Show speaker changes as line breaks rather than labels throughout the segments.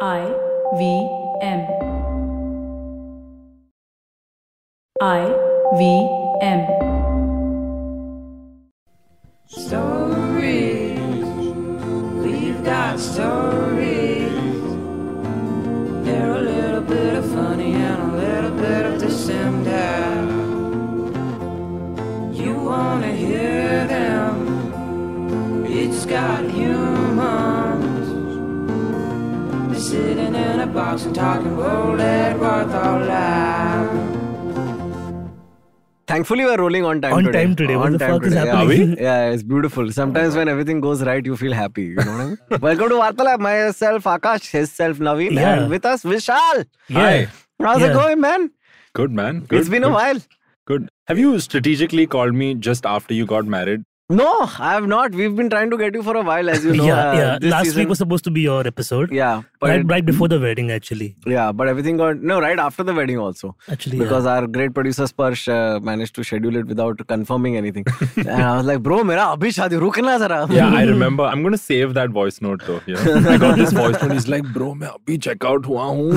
I V M. I V M.
Stories. We've got stories. They're a little bit of funny and a little bit of this and that. You wanna hear them? It's got humans. They're sitting in a box and talking old Edward all life.
Thankfully, we're rolling on time
On
today.
time today. What the fuck is
today. Yeah.
happening? Are we?
Yeah, it's beautiful. Sometimes when everything goes right, you feel happy. You know what I mean? Welcome to Vartalab. Myself, Akash, his self, Naveen.
Yeah.
And with us, Vishal.
Yeah.
How's it
Yeah.
going, man?
Good man. Good,
it's been
good,
a while.
Good. Have you strategically called me just after you got married?
No, I have not. We've been trying to get you for a while, as you know.
yeah,
uh,
yeah.
this
Last
season-
week was supposed to be your episode.
Yeah, but
right,
it-
right before the wedding, actually.
yeah, but everything got no right after the wedding also.
Actually, yeah.
because our great producer Sparsh uh, managed to schedule it without confirming anything. and I was like, bro, mera abhi shaadi rukna zara.
Yeah, I remember. I'm gonna save that voice note though. You know? I got this voice note. He's like, bro, मैं अभी check out हुआ हूँ.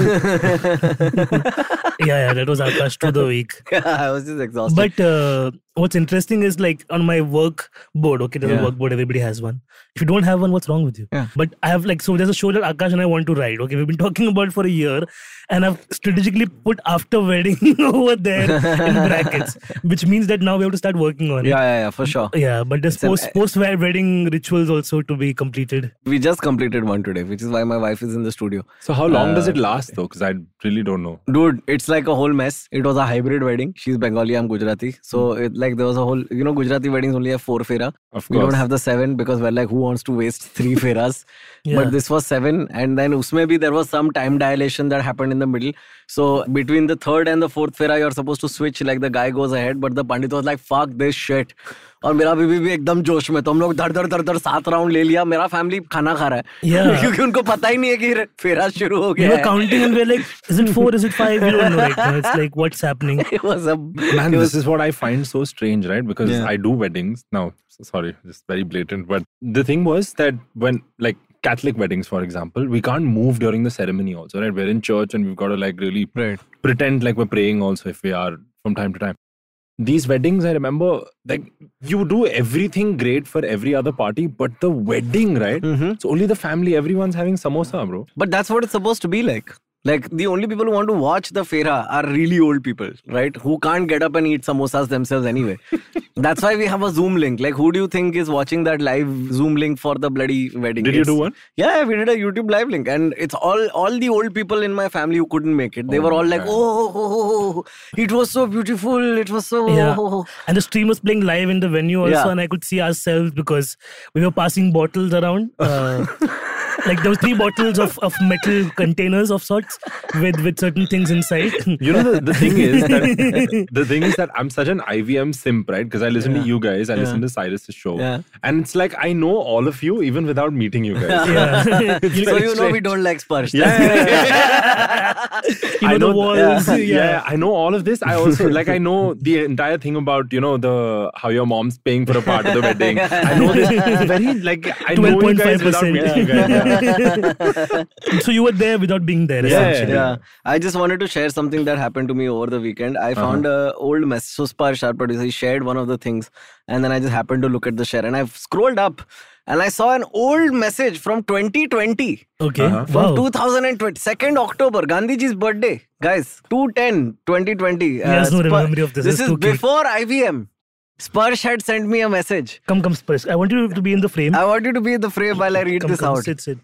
yeah, yeah, that was our crush to the week.
I was just exhausted.
But uh, what's interesting is like on my work board, okay, there's
Yeah.
a work board, everybody has one. If you don't have one, what's wrong with you?
Yeah.
But I have like, so there's a show that Akash and I want to ride, okay, we've been talking about for a year, and I've strategically put after wedding over there in brackets, which means that now we have to start working on it.
yeah, yeah, yeah, for sure.
Yeah, but there's
It's an-
post post wedding rituals also to be completed.
We just completed one today, which is why my wife is in the studio.
So how long does it last though? Because I really don't know.
Dude, it's like a whole mess. It was a hybrid wedding. She's Bengali, I'm Gujarati. So, it, like, there was a whole, you know, Gujarati weddings only have four fera.
Of
We
course.
don't have the seven because we're like, who wants to waste three feras? But
Yeah.
this was seven. And then Usme bhi, there was some time dilation that happened in the middle. So, between the third and the fourth fera, you're supposed to switch. Like, the guy goes ahead, but the pandit was like, fuck this shit. और मेरा बीबी भी एकदम जोश में तो हम लोग धड़ धड़ धड़ धड़ सात राउंड ले लिया मेरा फैमिली खाना खा रहा है
Yeah.
क्योंकि उनको पता ही नहीं है कि फेरा शुरू हो
We
गया
were
है।
counting and we are like, is it four? Is it five? We don't know right now. It's like, what's happening?
it was a
Man,
it
this
was,
is what I find so strange, right? Because
Yeah.
I do weddings. Now, s- sorry, just very blatant. But the thing was that when, like, Catholic weddings, for example, we can't move during the ceremony, also, right? We're in church and we've got to, like, really
Right.
pretend like we're praying, also, if we are from time to time. These weddings, I remember, like, you do everything great for every other party, but the wedding, right?
Mm-hmm.
It's only the family. Everyone's having samosa, bro.
but that's what it's supposed to be like like the only people who want to watch the fera are really old people right who can't get up and eat samosas themselves anyway that's why we have a zoom link like who do you think is watching that live zoom link for the bloody wedding
Did you
It's-
do one?
yeah we did a youtube live link and it's all all the old people in my family who couldn't make it they
Oh,
were all like
man.
oh, oh, oh, oh, it was so beautiful it was so
Yeah. And the stream was playing live in the venue also,
Oh. Yeah.
and I could see ourselves because we were passing bottles around. Uh, like there was three bottles of, of metal containers of sorts with with certain things inside.
You know the, the thing is that the thing is that I'm such an IVM simp, right? Because I listen to you guys, I listen to Cyrus's show,
Yeah.
and it's like I know all of you even without meeting you guys.
yeah. you,
so you know we don't like sparsh
Yeah, yeah,
you know,
I
the
know
walls.
th-
Yeah.
yeah. I know all of this. I also like I know the entire thing about you know the how your mom's paying for a part of the wedding. I know this very like I know you guys without
12.5%.
meeting you guys. Yeah.
So you were there without being there.
Yeah,
essentially.
Yeah. I just wanted to share something that happened to me over the weekend. I
Uh-huh.
found a old message. So Sparsh, our producer, he shared one of the things, and then I just happened to look at the share, and I've scrolled up, and I saw an old message from 2020,
Okay.
from
Uh-huh. Wow.
2020, 2nd October, Gandhiji's birthday, guys, 210, 2020. He
has no memory of this.
uh, This
It's
is
too cute.
before IBM. Sparsh had sent me a message.
Come, come, Spurs. I want you to be in the frame.
I want you to be in the frame while I read
come,
this
come,
out.
sit, sit.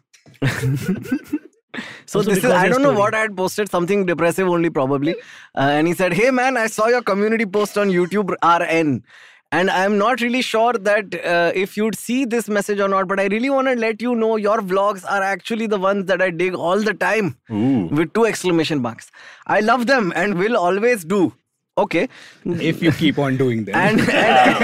So
Also
this is,
because
I
your
don't know
story.
what I had posted, something depressive only probably. Uh, and he said, Hey man, I saw your community post on YouTube RN. And I'm not really sure that uh, if you'd see this message or not, but I really want to let you know your vlogs are actually the ones that I dig all the time with two exclamation marks. I love them and will always do. Okay.
if you keep on doing that.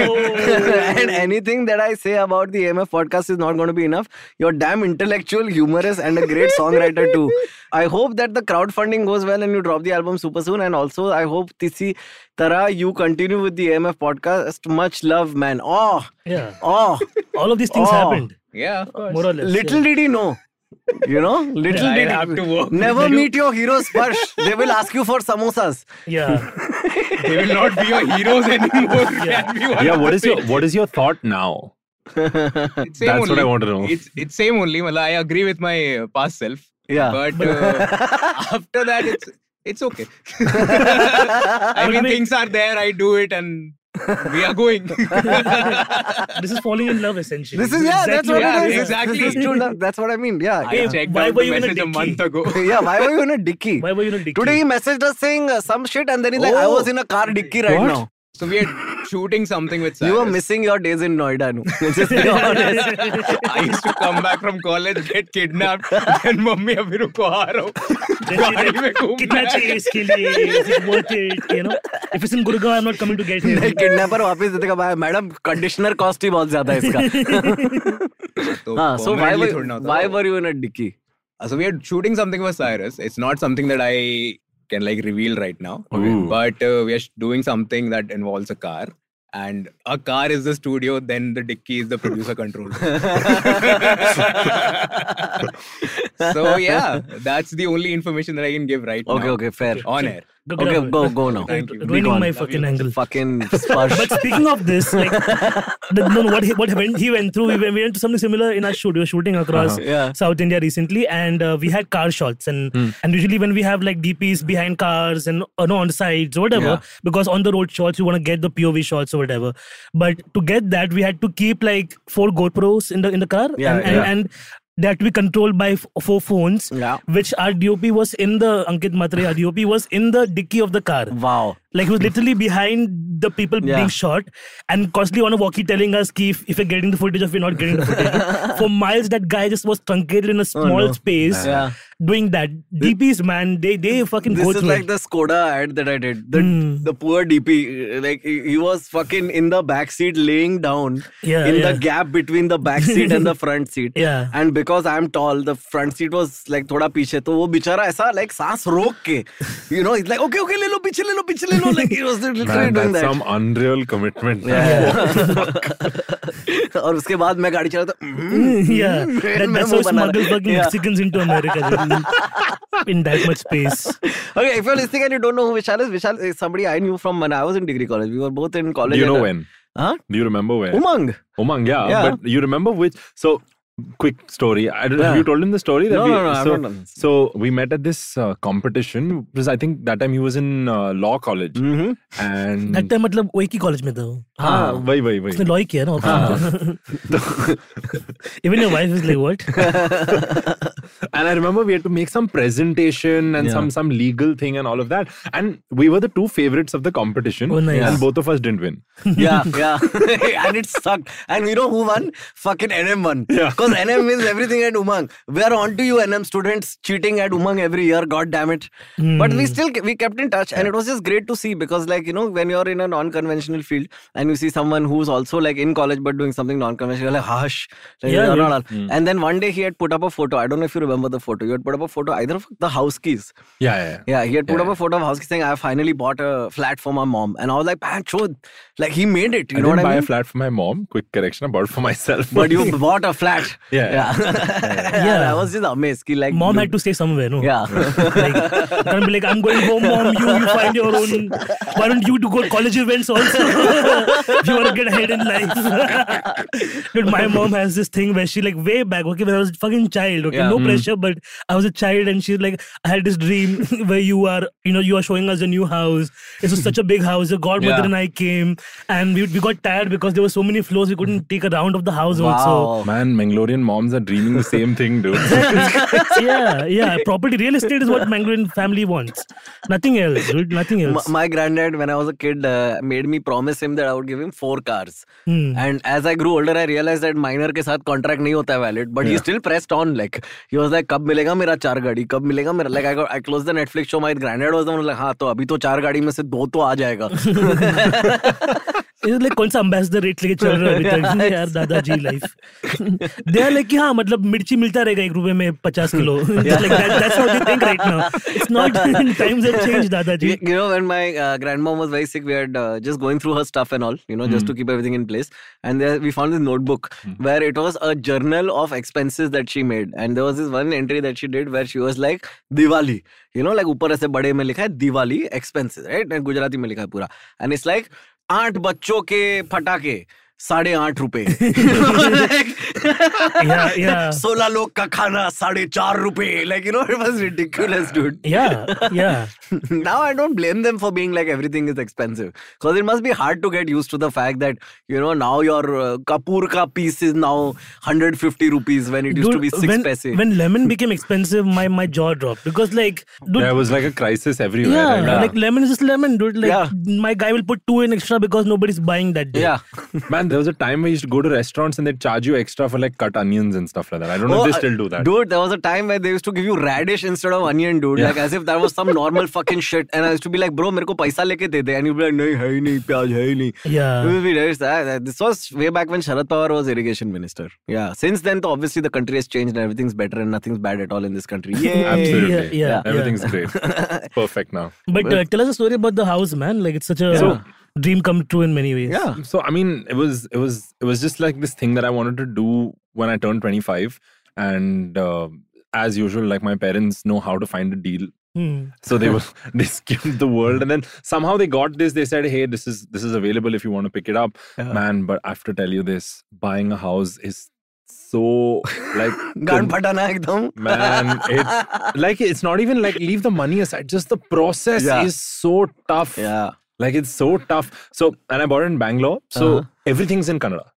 And, and, and anything that I say about the AMF podcast is not going to be enough. You're damn intellectual, humorous, and a great songwriter too. I hope that the crowdfunding goes well and you drop the album super soon. And also, I hope Tisi Tara, you continue with the AMF podcast. Much love, man. Oh,
Yeah.
oh,
All of these things
Oh.
happened.
yeah, of course.
More or less.
little
yeah.
did he know You know, little
I
did
have to work.
never meet your heroes first. they will ask you for samosas.
Yeah.
They will not be your heroes anymore. Can be one
yeah,
of
what
the
is your
things.
what is your thought now?
It's same
That's what
only.
I want to know.
It's it's same only. Well, I agree with my uh, past self.
Yeah.
But uh, after that, it's it's okay. I mean,
make-
things are there. I do it, and we are going.
this is falling in love essentially.
This is yeah, that's what
yeah,
it is.
exactly.
This is true love. That's what I mean. Yeah.
I checked
why
out
were
the
you in a
message a
dicky?
month ago.
yeah, why were you in a dicky?
Why were you not dicky?
Today he messaged us saying uh, some shit and then he's like, I
Oh.
was in a car dicky right
What?
now.
So we are shooting something with Cyrus.
You were missing your days in Noida, no. Just be honest.
I used to come back from college, get kidnapped, then mummy अभी रुको आ रहा हूँ गाड़ी में घूम
कितना चाहिए इसके लिए Is it worth it? You know, if it's in Gurgaon, I'm not coming to get
नहीं
him.
किडनैपर वापस दे देगा भाई मैडम कंडीशनर कॉस्ट ही बहुत ज्यादा है इसका
तो
हाँ सो व्हाई
permanently थोड़ी ना होता
व्हाई
वो।
Were you in a dicky
Uh, So we are shooting something with Cyrus. It's not something that I can like reveal right now.
Ooh.
But uh, we are sh- doing something that involves a car. And a car is the studio, then the dicky is the producer control. so yeah, that's the only information that I can give right
okay
now.
Okay fair
On air.
Okay, go- go now.
Thank you.
Be
Ruining
gone.
my fucking angle.
fucking स्पर्श
But speaking of this, like, the, no, no, what he, what went, he went through, we went, we went to something similar in our shoot. We were shooting across
Uh-huh. Yeah. Hmm.
South India recently, and uh, we had car shots. And and usually when we have like DPs behind cars and uh, no, on sides or whatever, because on the road shots you want to get the POV shots or whatever. But to get that, we had to keep like four GoPros in the in the car,
Yeah,
and, and,
yeah.
and that we controlled by f- four phones.
Yeah.
Which our DOP was in the Ankit Matre, our DOP was in the dicky of the car.
wow
Like he was literally behind the people
Hmm. Yeah.
being shot and constantly on a walkie telling us ki if, if we're getting the footage or if we're not getting the footage. For miles, that guy just was truncated in a small
Oh, no.
space
Yeah.
doing that. DPs, man, they they fucking
This
go
is
through
like
it.
the Skoda ad that I did. The,
Hmm.
the poor DP, uh, like he he was fucking in the back seat, laying down
Yeah,
in the
yeah.
gap between the back seat and the front seat.
Yeah.
And because I'm tall, the front seat was like थोड़ा पीछे, तो वो बेचारा ऐसा like सांस रोक के, you know, he's like okay okay ले लो पीछे ले लो पीछे ले लो like he was literally
Man,
doing
that's
that.
some unreal commitment.
और उसके बाद मैं गाड़ी चलाता
yeah, that,
मैं
that's
वो
how
बना
smuggle
रहा-
fucking
Yeah.
Mexicans into America dude. in that much space.
Okay, if you're listening and you don't know who Vishal is, Vishal is somebody I knew from when I was in degree college. We were both in college.
Do you know
and-
when?
Huh?
Do you remember where?
Umang.
Umang, yeah.
Yeah.
But you remember which? So, quick story. I don't
Yeah.
Have you told him the story?
No,
we,
no, no, I've
so,
not done this.
so we met at this uh, competition because I think that time he was in uh, law college
Mm-hmm. Ah.
and. Ah,
That time मतलब वो एक ही college में था वो.
हाँ वही वही वही
उसने लॉ ही किया ना. Even your wife is like what?
and I remember we had to make some presentation and
Yeah.
some some legal thing and all of that. And we were the two favorites of the competition.
Oh, nice.
And both of us didn't win.
yeah, yeah. and it sucked. And you know who won? Fucking NM won.
Yeah.
Because NM wins everything at Umang. We are on to you, NM students, cheating at Umang every year. God damn it.
Hmm.
But we still we kept in touch, and it was just great to see because, like, you know, when you're in a non-conventional field and you see someone who's also like in college but doing something non-conventional, like hush. Like,
Yeah, Hmm.
no, no,
yeah.
no. And then one day he had put up a photo. I don't know if you remember the photo. You had put up a photo either of the house keys.
Yeah, yeah.
Yeah, he had put
Yeah.
up a photo of house saying, I finally bought a flat for my mom. And I was like, man, chod. Like, he made it. You
I
know
didn't
what I
buy
mean?
a flat for my mom. Quick correction, I bought it for myself.
But you bought a flat.
Yeah.
Yeah.
Yeah.
I was just amazed. Ki, like,
Mom
dude,
had to stay somewhere, no?
Yeah.
like, don't be like, I'm going home, mom. You, you find your own. Why don't you do go to college events also? if you want to get ahead in life. Dude, my mom has this thing where she, like, way back, okay, when I was a fucking child, okay,
Yeah. Hmm.
no pressure, but I was a child and she's like, I had this dream where you are, you know, you are showing us a new house. This was such a big house. The godmother
Yeah.
and I came and we, we got tired because there were so many floors, we couldn't take a round of the house also.
wow.
Man, Mangalorean moms are dreaming the same thing, dude.
yeah, yeah. Property, real estate is what Mangarin family wants. Nothing else, dude. Nothing
M-
else.
my granddad, when I was a kid, uh, made me promise him that I would give him four cars.
Hmm.
And as I grew older, I realized that minor के साथ contract नहीं होता है valid. But he still pressed on. Like he was like, कब मिलेगा मेरा चार गाड़ी? कब मिलेगा मेरा? Like I got, I closed the Netflix show. My granddad was the one like, हाँ तो अभी तो चार गाड़ी में से दो तो आ जाएगा.
ये like कौन सा ambassador rate लेके चल रहा है अभी तक यार दादाजी लाइफ दे आर लाइक कि हाँ मतलब मिर्ची मिलता रहेगा एक रुपए में पचास kilo like that, that's how they think right now it's not times have changed दादाजी
You, you know, when my uh, grandmom was very sick, we had uh, just going through her stuff and all, you know, just to keep everything in place. And there we found this notebook where it was a journal of expenses that she made. And there was this one entry that she did where she was like, Diwali. You know, like ऊपर ऐसे बड़े में लिखा है Diwali expenses, right? And Gujarati में लिखा है पूरा. And it's like, आठ बच्चों के फटाके साढ़े आठ रुपए
Yeah, yeah.
सोलह लोग का खाना साढ़े चार रुपए like you know it was ridiculous dude
yeah yeah
now I don't blame them for being like everything is expensive because it must be hard to get used to the fact that you know now your uh, Kapoor ka piece is now 150 rupees when it used to
Dude,
be six
when,
paise.
when lemon became expensive, my, my jaw dropped because like, dude,
There was like a crisis everywhere.
yeah,
right?
like lemon is just lemon, dude. Like
Yeah.
my guy will put two in extra because nobody's buying that day.
yeah,
Man, there was a time where you used to go to restaurants and they'd charge you extra for like cut onions and stuff like that. I don't know
Oh,
if they
uh,
still do that.
dude. There was a time where they used to give you radish instead of onion, dude. Like as if that was some normal fucking shit. And I used to be like, bro, मेरे को पैसा लेके दे दे. And you'd be like, नहीं है ही नहीं, प्याज है ही नहीं.
Yeah.
It would be nice. Ah, that- This was way back when Sharad Pawar was irrigation minister. Yeah. Since then, though, obviously the country has changed and everything's better and nothing's bad at all in this country. Yay.
Absolutely.
Yeah, yeah, yeah.
Everything's great. It's perfect now.
But uh, tell us a story about the house, man. Like it's such a dream come true in many ways.
Yeah.
So I mean, it was it was it was just like this thing that I wanted to do when I turned 25, and uh, as usual, like my parents know how to find a deal
Hmm.
So they were they skimmed the world, and then somehow they got this. They said, "Hey, this is this is available if you want to pick it up, man." But I have to tell you this: buying a house is so like
गान
con-
फटाना एकदम
man. It's like it's not even like leave the money aside. Just the process
Yeah.
is so tough.
Yeah.
Like it's so tough. So and I bought it in Bangalore. So everything's in Kannada.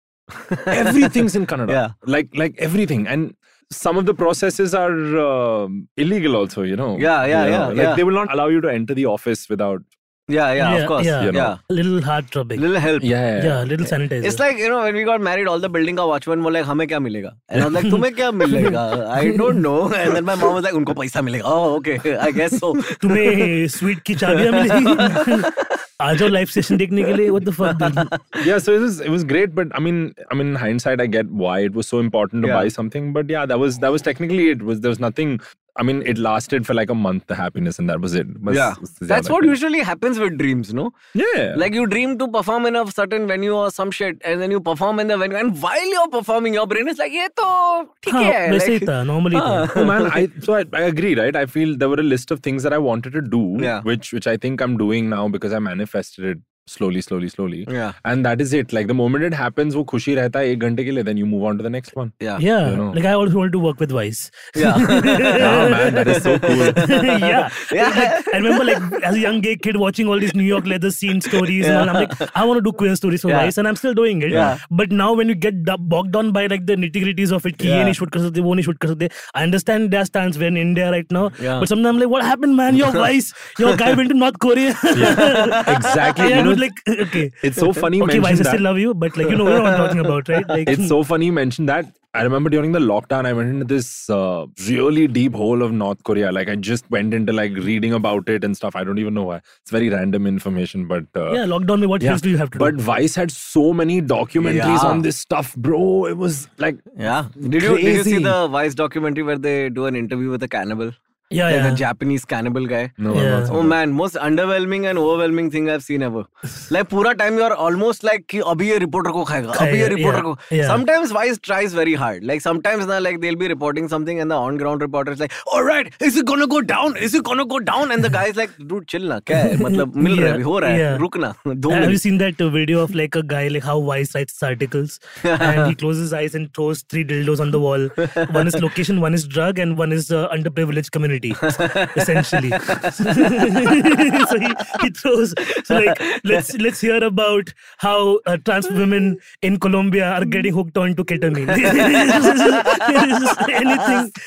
everything's in Kannada.
Uh-huh. Yeah.
Like like everything and. Some of the processes are um illegal, also. You know.
Yeah, yeah,
You know,
yeah,
Like
yeah.
they will not allow you to enter the office without.
Yeah, yeah,
Yeah,
of course.
yeah.
Yeah.
You know.
Little heart throbbing.
Little help.
Yeah.
yeah, little sanitizer.
It's like, you know, when we got married, all the building का watchman was like, हमें क्या मिलेगा? And I was like, तुम्हें क्या मिलेगा? I don't know. And then my mom was like, उनको पैसा मिलेगा. Oh, okay. I guess so.
तुम्हें स्वीट की चाबियां मिलेगी आ जाओ लाइव सेशन देखने के लिए what the fuck dude?
yeah. So it was it was great, but I mean, I mean, in hindsight, I get why it was so important to
Yeah.
buy something. But yeah, that was that was technically it. Was there was nothing. I mean, it lasted for like a month, the happiness, and that was it. But
Yeah. That's what usually happens with dreams, no?
Yeah.
Like you dream to perform in a certain venue or some shit, and then you perform in the venue, and while you're performing, your brain is like, ये तो ठीक
हाँ
है.
वैसे ही
Like- हाँ।
था normally था
oh man, I so I, I agree, right? I feel there were a list of things that I wanted to do,
Yeah.
which which I think I'm doing now because I manifested it slowly, slowly, slowly.
Yeah.
And that is it. Like the moment it happens, वो खुशी रहता है एक घंटे के लिए, then you move on to the next one.
Yeah.
yeah
You know.
like I also wanted to work with Vice
Yeah, man, that is so cool.
yeah.
Yeah.
Like, I remember, like, as a young gay kid watching all these New York leather scene stories, and all, I'm like, I want to do queer stories for
Yeah.
Vice, and I'm still doing it.
Yeah.
But now, when you get du- bogged down by like the nitty gritties of it, ki ye
Yeah.
nahi shoot kar sakte, wo nahi shoot kar sakte. I understand their stance when in India right now.
Yeah.
But sometimes I'm like, what happened, man? Your Vice, your guy went to North Korea.
Exactly.
Yeah,
you know,
dude, like, okay.
it's so funny you
Okay,
mentioned
Vice, I
that.
still love you, but like, you know what I'm talking about, right? Like,
it's so funny you mentioned that. I remember during the lockdown, I went into this uh, really deep hole of North Korea. Like I just went into like reading about it and stuff. I don't even know why. It's very random information, but uh,
yeah, lockdown me, what
yeah.
things do you have to
but
do?
Vice had so many documentaries
Yeah.
on this stuff, bro. It was like
Yeah. Did you, did you see
Crazy.
the Vice documentary where they do an interview with a cannibal?
Yeah,
Like
yeah.
the Japanese cannibal guy.
no,
Yeah.
yeah.
Oh man, most underwhelming and overwhelming thing I've seen ever. like पूरा time you are almost like कि अभी ये reporter को खाएगा, अभी ये
खाएगा,
reporter
yeah,
को.
yeah.
Sometimes Vice tries very hard. Like sometimes na like they'll be reporting something and the on ground reporter is like, all right, is it gonna go down? Is it gonna go down? And the guy is like, dude, chill ना, क्या है? मतलब मिल रहा है,
Yeah,
अभी हो रहा है,
yeah.
रुक ना, दो
Have you
minute.
seen that uh, video of like a guy like how Vice writes his articles and he closes his eyes and throws three dildos on the wall. One is location, one is drug, and one is uh, underprivileged community, essentially. so he, he throws. So like let's let's hear about how uh, trans women in Colombia are getting hooked on to ketamine. Anything.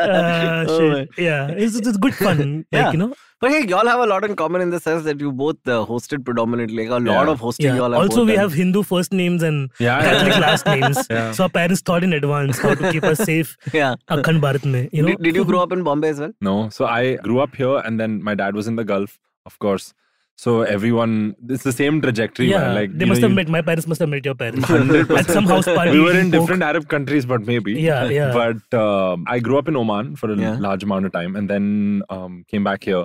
Uh,
Oh
shit. yeah, it's, it's good fun. Like, you know.
But hey, y'all have a lot in common in the sense that you both uh, hosted predominantly, like a lot
Yeah.
of hosting
Yeah.
y'all have
Also,
both
we
done.
have Hindu first names and
Yeah, yeah.
Catholic last names.
Yeah.
So our parents thought in advance how to keep us safe.
Yeah.
Akhand Bharat mein, uh, you know.
Did, did you grow up in Bombay as well?
No, so I grew up here, and then my dad was in the Gulf, of course. So everyone, it's the same trajectory. man,
yeah,
like
they
you
must
know,
have
you-
met. My parents must have met your parents
100%.
at some house party.
We were in
you spoke-
different Arab countries, but maybe.
Yeah, yeah.
But um, I grew up in Oman for a
Yeah.
large amount of time, and then um, came back here.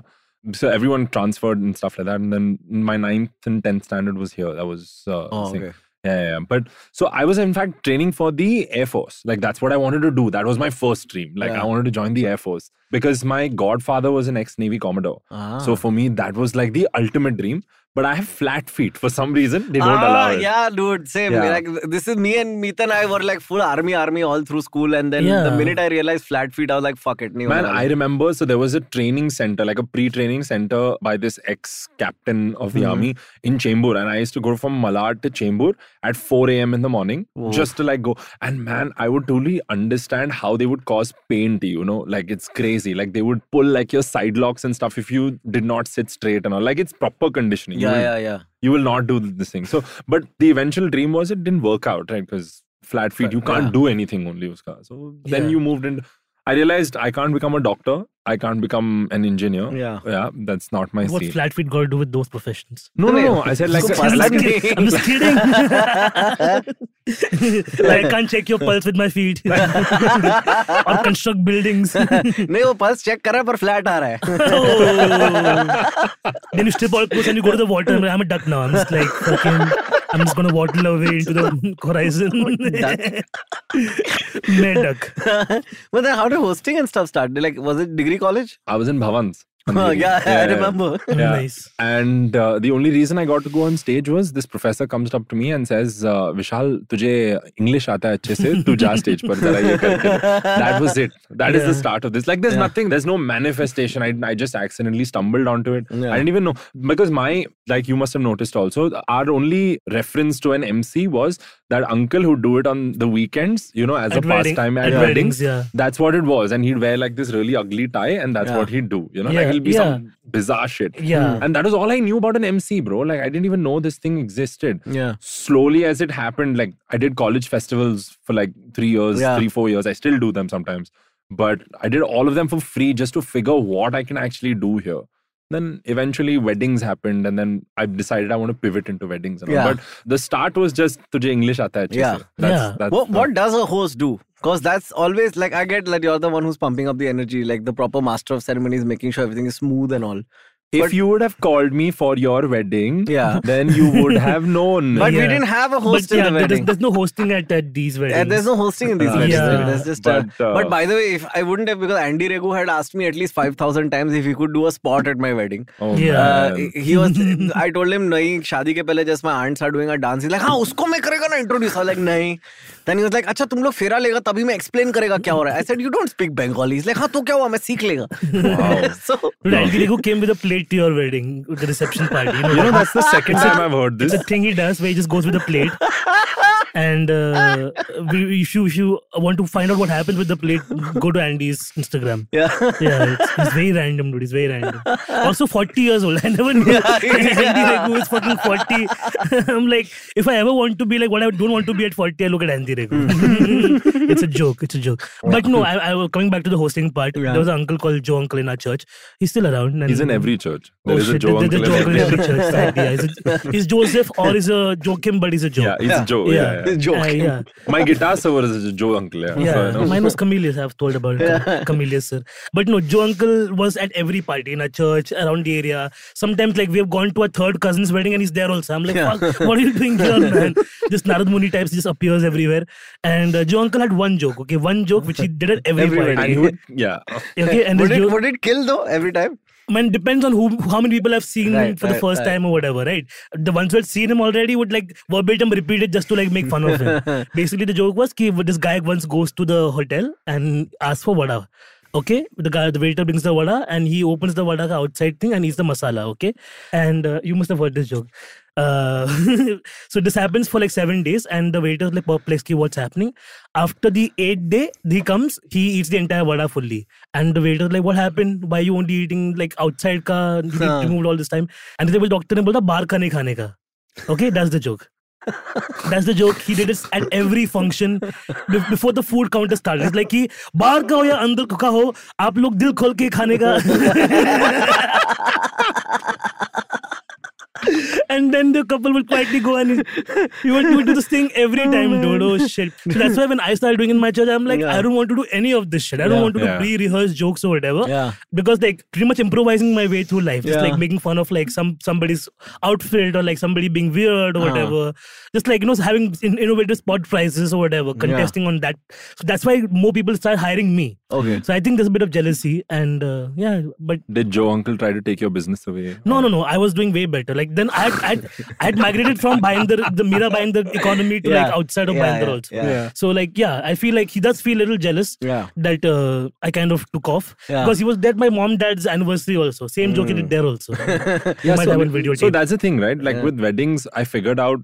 So everyone transferred and stuff like that. And then my ninth and tenth standard was here. That was uh,
Oh,
Singh.
okay.
Yeah, yeah, yeah. But so I was in fact training for the Air Force. Like that's what I wanted to do. That was my first dream. Like
Yeah.
I wanted to join the Air Force because my godfather was an ex-Navy Commodore.
Ah.
So for me, that was like the ultimate dream. But I have flat feet for some reason. They don't
ah,
allow it.
Yeah, dude, same.
Yeah.
Like this is me and Meet and I were like full army, army all through school, and then the
Yeah.
minute I realized flat feet, I was like, fuck it, nahi
Man,
hone wala.
I remember. So there was a training center, like a pre-training center, by this ex-captain of
Mm-hmm.
the army in Chembur, and I used to go from Malad to Chembur at 4 a.m. in the morning
Whoa.
just to like go. And man, I would totally understand how they would cause pain to you. You know, like it's crazy. Like they would pull like your side locks and stuff if you did not sit straight and all. Like it's proper conditioning. You
yeah,
will-
yeah, yeah.
you will not do this thing. So, but the eventual dream was it didn't work out, right? Because flat feet, you can't
Yeah.
do anything only uska. So then
Yeah.
you moved in. I realized I can't become a doctor. I can't become an engineer.
Yeah.
yeah, that's not my
What
scene.
flat feet got to do with those professions?
no, no, no. I said like,
So
I
I'm
like
just
flat-
kidding. I'm just kidding. I can't check your pulse with my feet or construct buildings.
नहीं वो pulse check कर रहा है पर flat आ रहा है
Oh. then you strip all clothes and you go to the water. and I'm a duck now. I'm just like fucking. I'm just gonna waddle away into the horizon. Mere duck.
मतलब how did hosting and stuff start? Like was it degree college?
I was in Bhavans.
Oh, yeah, I remember.
Yeah.
Nice.
And uh, the only reason I got to go on stage was this professor comes up to me and says, uh, Vishal, tujhe English aata hai acche se, tu ja stage par zara ye karke de." That was it. That is the
Yeah.
start of this. Like, there's nothing, there's no manifestation. I, I just accidentally stumbled onto it. I didn't even know. Because my, like you must have noticed also, our only reference to an MC was that uncle who do it on the weekends, you know, as
At
a
wedding-
pastime at,
at weddings,
weddings.
yeah.
That's what it was. And he'd wear like this really ugly tie and that's
Yeah.
what he'd do. You know, like
Yeah,
he'll be
yeah.
some bizarre shit.
Hmm.
Yeah.
And that was all I knew about an MC, bro. Like I didn't even know this thing existed.
Yeah.
Slowly as it happened, like I did college festivals for like three years,
Yeah.
three, four years. I still do them sometimes. But I did all of them for free just to figure what I can actually do here. Then eventually weddings happened, and then I decided I want to pivot into weddings. And all.
Yeah.
But the start was just tujhe English aata hai.
Yeah.
That's,
Yeah.
That's,
What, what does a host do? Because that's always like I get like you're the one who's pumping up the energy, like the proper master of ceremonies, making sure everything is smooth and all.
if
but-
you would have called me for your wedding,
Yeah.
then you would have known.
But we
Yeah.
didn't have a host
But
in the
yeah, there-
wedding.
there's, there's no hosting at, at these weddings.
Uh, there's no hosting in these
Yeah.
weddings.
Yeah.
There's just a-
But, uh,
but by the way, if I wouldn't have because Andy Regu had asked me at least five thousand times if he could do a spot at my wedding.
Oh,
Yeah.
man.
Uh, he was. I told him, "नहीं, शादी के पहले just my aunts are doing a dance." He's like, "हाँ, उसको मैं करेगा ना introduce." I was like, "नहीं." Then he was like, "अच्छा, तुम लोग फेरा लेगा तभी मैं explain करेगा क्या हो रहा है." I said, "You don't speak Bengali." He's like, "हाँ, तो क्या हुआ? मैं सीख लेगा." so
Dude, Al Diego came with a plate to your wedding, the reception party. You know,
you know, that's the second time I've heard this.
it's a thing he does where he just goes with a plate. and uh, we- if you if you want to find out what happened with the plate, go to Andy's Instagram.
yeah.
Yeah, it's, it's very random, dude. It's very random. Also, 40 years old. I never knew Andy Regu is fucking 40. I'm like, if I ever want to be like what I don't want to be at 40, I look at Andy
Hmm.
Regu. it's a joke. It's a joke. But no, I, I was coming back to the hosting part. There was an uncle called Joe Uncle in our church. He's still around. And
He's in every church. There
oh,
is a
shit,
Joe
there-
uncle
there's a
in
Joe
every
uncle
church.
in every church. Yeah, he's, a, he's Joseph or he's a Joachim, but he's a Joe.
Yeah, he's a Joe. Yeah.
Yeah.
yeah.
Joke.
Uh, yeah,
My guitar server is a Joe uncle. Yeah.
yeah.
So, you know,
Mine was Camellias. I've told about Cam- Camellias, sir. But no, Joe uncle was at every party in a church around the area. Sometimes, like we have gone to a third cousin's wedding and he's there also. I'm like, "Fuck, what are you doing here, man? this Narad Muni types just appears everywhere. And uh, Joe uncle had one joke. Okay, one joke which he did at every
Every
party.
and he would, yeah.
Okay, and
would
this
it
Joe-
would it kill though every time?
man depends on who how many people have seen him
Right,
for the
right,
first
right.
time or whatever right the ones who had seen him already would like verbatim repeat it just to like make fun of him basically the joke was ki, this guy once goes to the hotel and asks for vada okay the guy the waiter brings the vada and he opens the vada ka outside thing and eats the masala okay and uh, you must have heard this joke uh, so this happens for like seven days and the waiter is like perplexed ki, what's happening after the eighth day he comes he eats the entire vada fully and the waiter like what happened why you only eating like outside ka you
Huh.
removed all this time and then the doctor ne bolta bahar ka nahi khane ka okay that's the joke that's the joke. He did this at every function be- before the food counter started. It's like कि बाहर का हो या अंदर का हो आप लोग दिल खोल के खाने का and then the couple will quietly go and you will, you will do this thing every time, dude. Oh shit! So that's why when I started doing in my church, I'm like,
Yeah.
I don't want to do any of this shit. I don't
Yeah.
want to do
Yeah.
pre-rehearse jokes or whatever.
Yeah.
Because like pretty much improvising my way through life, just
Yeah.
like making fun of like some somebody's outfit or like somebody being weird or
Uh-huh.
whatever. Just like you know having in- innovative spot prizes or whatever, contesting on that. So that's why more people start hiring me.
Okay.
So I think there's a bit of jealousy and uh, yeah, but
Did Joe Uncle try to take your business away?
no, no, no. I was doing way better. Like then I had, I had, I had migrated from Binder, the Mira Binder economy to like
Yeah.
outside of
Yeah,
Binder
yeah,
also.
yeah. Yeah.
So like yeah, I feel like he does feel a little jealous
Yeah.
that uh, I kind of took off
Yeah. Mm.
because he was there at my mom dad's anniversary also. Same joke he did there also.
Yeah,
might
so,
have a video
so
tape.
that's the thing, right? Like
Yeah.
with weddings, I figured out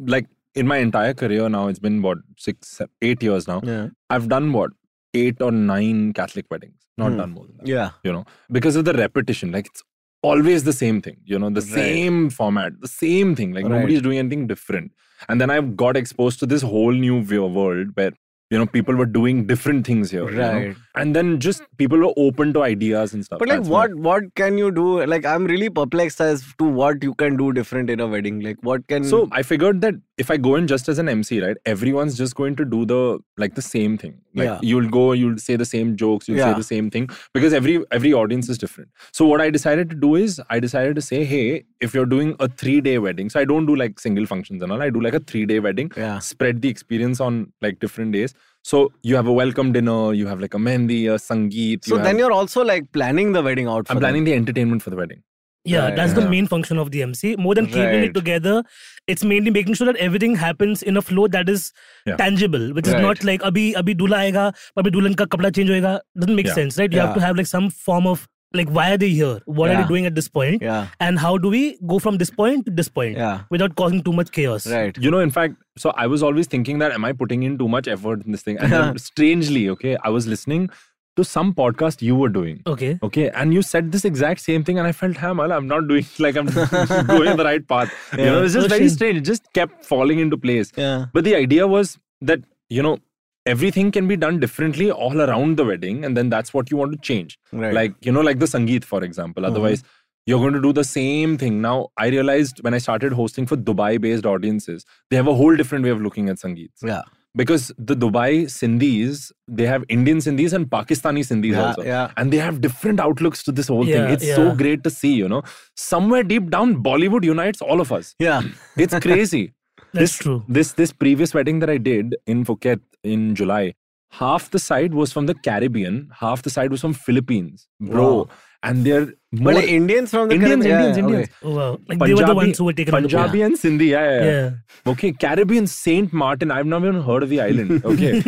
like in my entire career now, it's been what six, se- eight years now.
Yeah.
I've done what eight or nine Catholic weddings, not
Hmm.
done more than that.
Yeah.
You know, because of the repetition, like it's always the same thing. You know, the same format, the same thing. Like
Right.
nobody's doing anything different. And then I got exposed to this whole new view- world where you know people were doing different things here. you know?
Right.
And then just people were open to ideas and stuff.
But like,
That's why-
what what can you do? Like, I'm really perplexed as to what you can do different in a wedding. Like, what can
So I figured that if I go in just as an MC, right, everyone's just going to do the like the same thing. Like
Yeah.
you'll go, you'll say the same jokes, you'll
Yeah.
say the same thing because every every audience is different. So what I decided to do is I decided to say, hey, if you're doing a three day wedding, so I don't do like single functions and all. I do like a three day wedding.
Yeah.
Spread the experience on like different days. So you have a welcome dinner, you have like a mehndi, a sangeet.
So
you
then
have-
you're also like planning the wedding out. For
I'm planning the entertainment for the wedding.
yeah,
Right,
that's the
yeah.
main function of the MC. More than keeping
Right.
it together, it's mainly making sure that everything happens in a flow that is
Yeah.
tangible, which
Right.
is not like abhi abhi dula aega, abhi dulan ka kapda change hoega. Doesn't make
Yeah.
sense, right? You have
Yeah.
to have like some form of like why are they here? What are
Yeah.
they doing at this point?
Yeah.
And how do we go from this point to this point
Yeah.
without causing too much chaos?
Right.
You know, in fact, so I was always thinking that am I putting in too much effort in this thing? And then strangely, okay, I was listening to some podcast you were doing.
Okay.
Okay, and you said this exact same thing, and I felt, hey, man, I'm not doing like I'm going the right path. You know, it's just
Oh,
very
shit.
strange. It just kept falling into place.
Yeah.
But the idea was that, you know, everything can be done differently all around the wedding, and then that's what you want to change.
Right. Uh-huh.
Like, you know, like the Sangeet, for example. Otherwise, you're going to do the same thing. Now, I realized when I started hosting for Dubai based audiences, they have a whole different way of looking at Sangeet.
Yeah.
Because the Dubai Sindhis, they have Indian Sindhis and Pakistani Sindhis
Yeah,
also.
yeah.
And they have different outlooks to this whole
Yeah,
thing. It's so
yeah.
great to see, you know. Somewhere deep down, Bollywood unites all of us.
Yeah.
It's crazy.
That's
this,
true.
This this previous wedding that I did in Phuket in July, half the side was from the Caribbean, half the side was from Philippines, bro.
Wow.
And they're more
But like, Indians from the
Indians,
Caribbean-
Indians,
yeah,
Indians.
Oh, wow. Like they were the ones who were taken on the
Punjabi and Sindhi, yeah, yeah,
boat.
yeah.
Yeah.
Okay, Caribbean Saint Martin. I've never even heard of the island. Okay,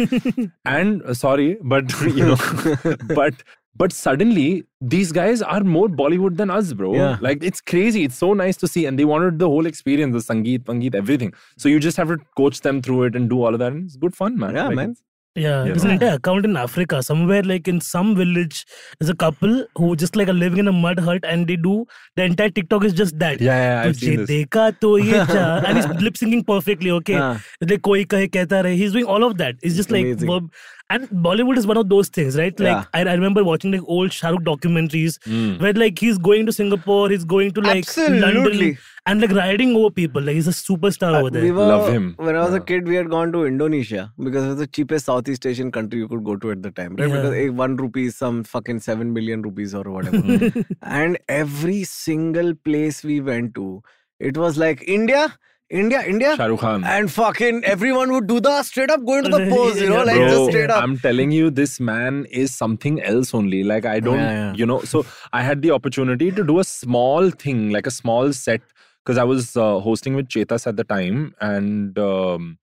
and uh, sorry, but you know, but but suddenly these guys are more Bollywood than us, bro.
Yeah.
Like it's crazy. It's so nice to see, and they wanted the whole experience, the sangeet, pangeet, everything. So you just have to coach them through it and do all of that, and it's good fun, man.
Yeah,
Like,
man.
Yeah,
You
there's an entire account in Africa, somewhere like in some village, there's a couple who just like are living in a mud hut and they do the entire TikTok is just that.
Yeah, yeah, I've seen
तुझे
this.
देखा तो ये चा- and he's lip syncing perfectly. Okay,
Huh.
हाँ।
It's like कोई कहे कहता रहे. He's doing all of that. It's just like
Amazing.
verb- and Bollywood is one of those things, right? Like
Yeah.
I, I remember watching like old Shahrukh documentaries
Hmm.
where like he's going to Singapore, he's going to like
Absolutely.
London and like riding over people. Like he's a superstar over there.
We were,
Love him.
When I was a
Yeah.
kid, we had gone to Indonesia because it was the cheapest Southeast Asian country you could go to at the time, right?
Yeah.
Because eh, one rupee is some fucking seven million rupees or whatever.
Hmm.
and every single place we went to, it was like India, India, India.
Shah Rukh Khan.
And fucking everyone would do the straight up going to the pose, you know,
Yeah.
like
Bro,
just straight up.
I'm telling you, this man is something else only. Like, I don't,
Yeah, yeah.
you know. So, I had the opportunity to do a small thing, like a small set, because I was uh, hosting with Chetas at the time, and um,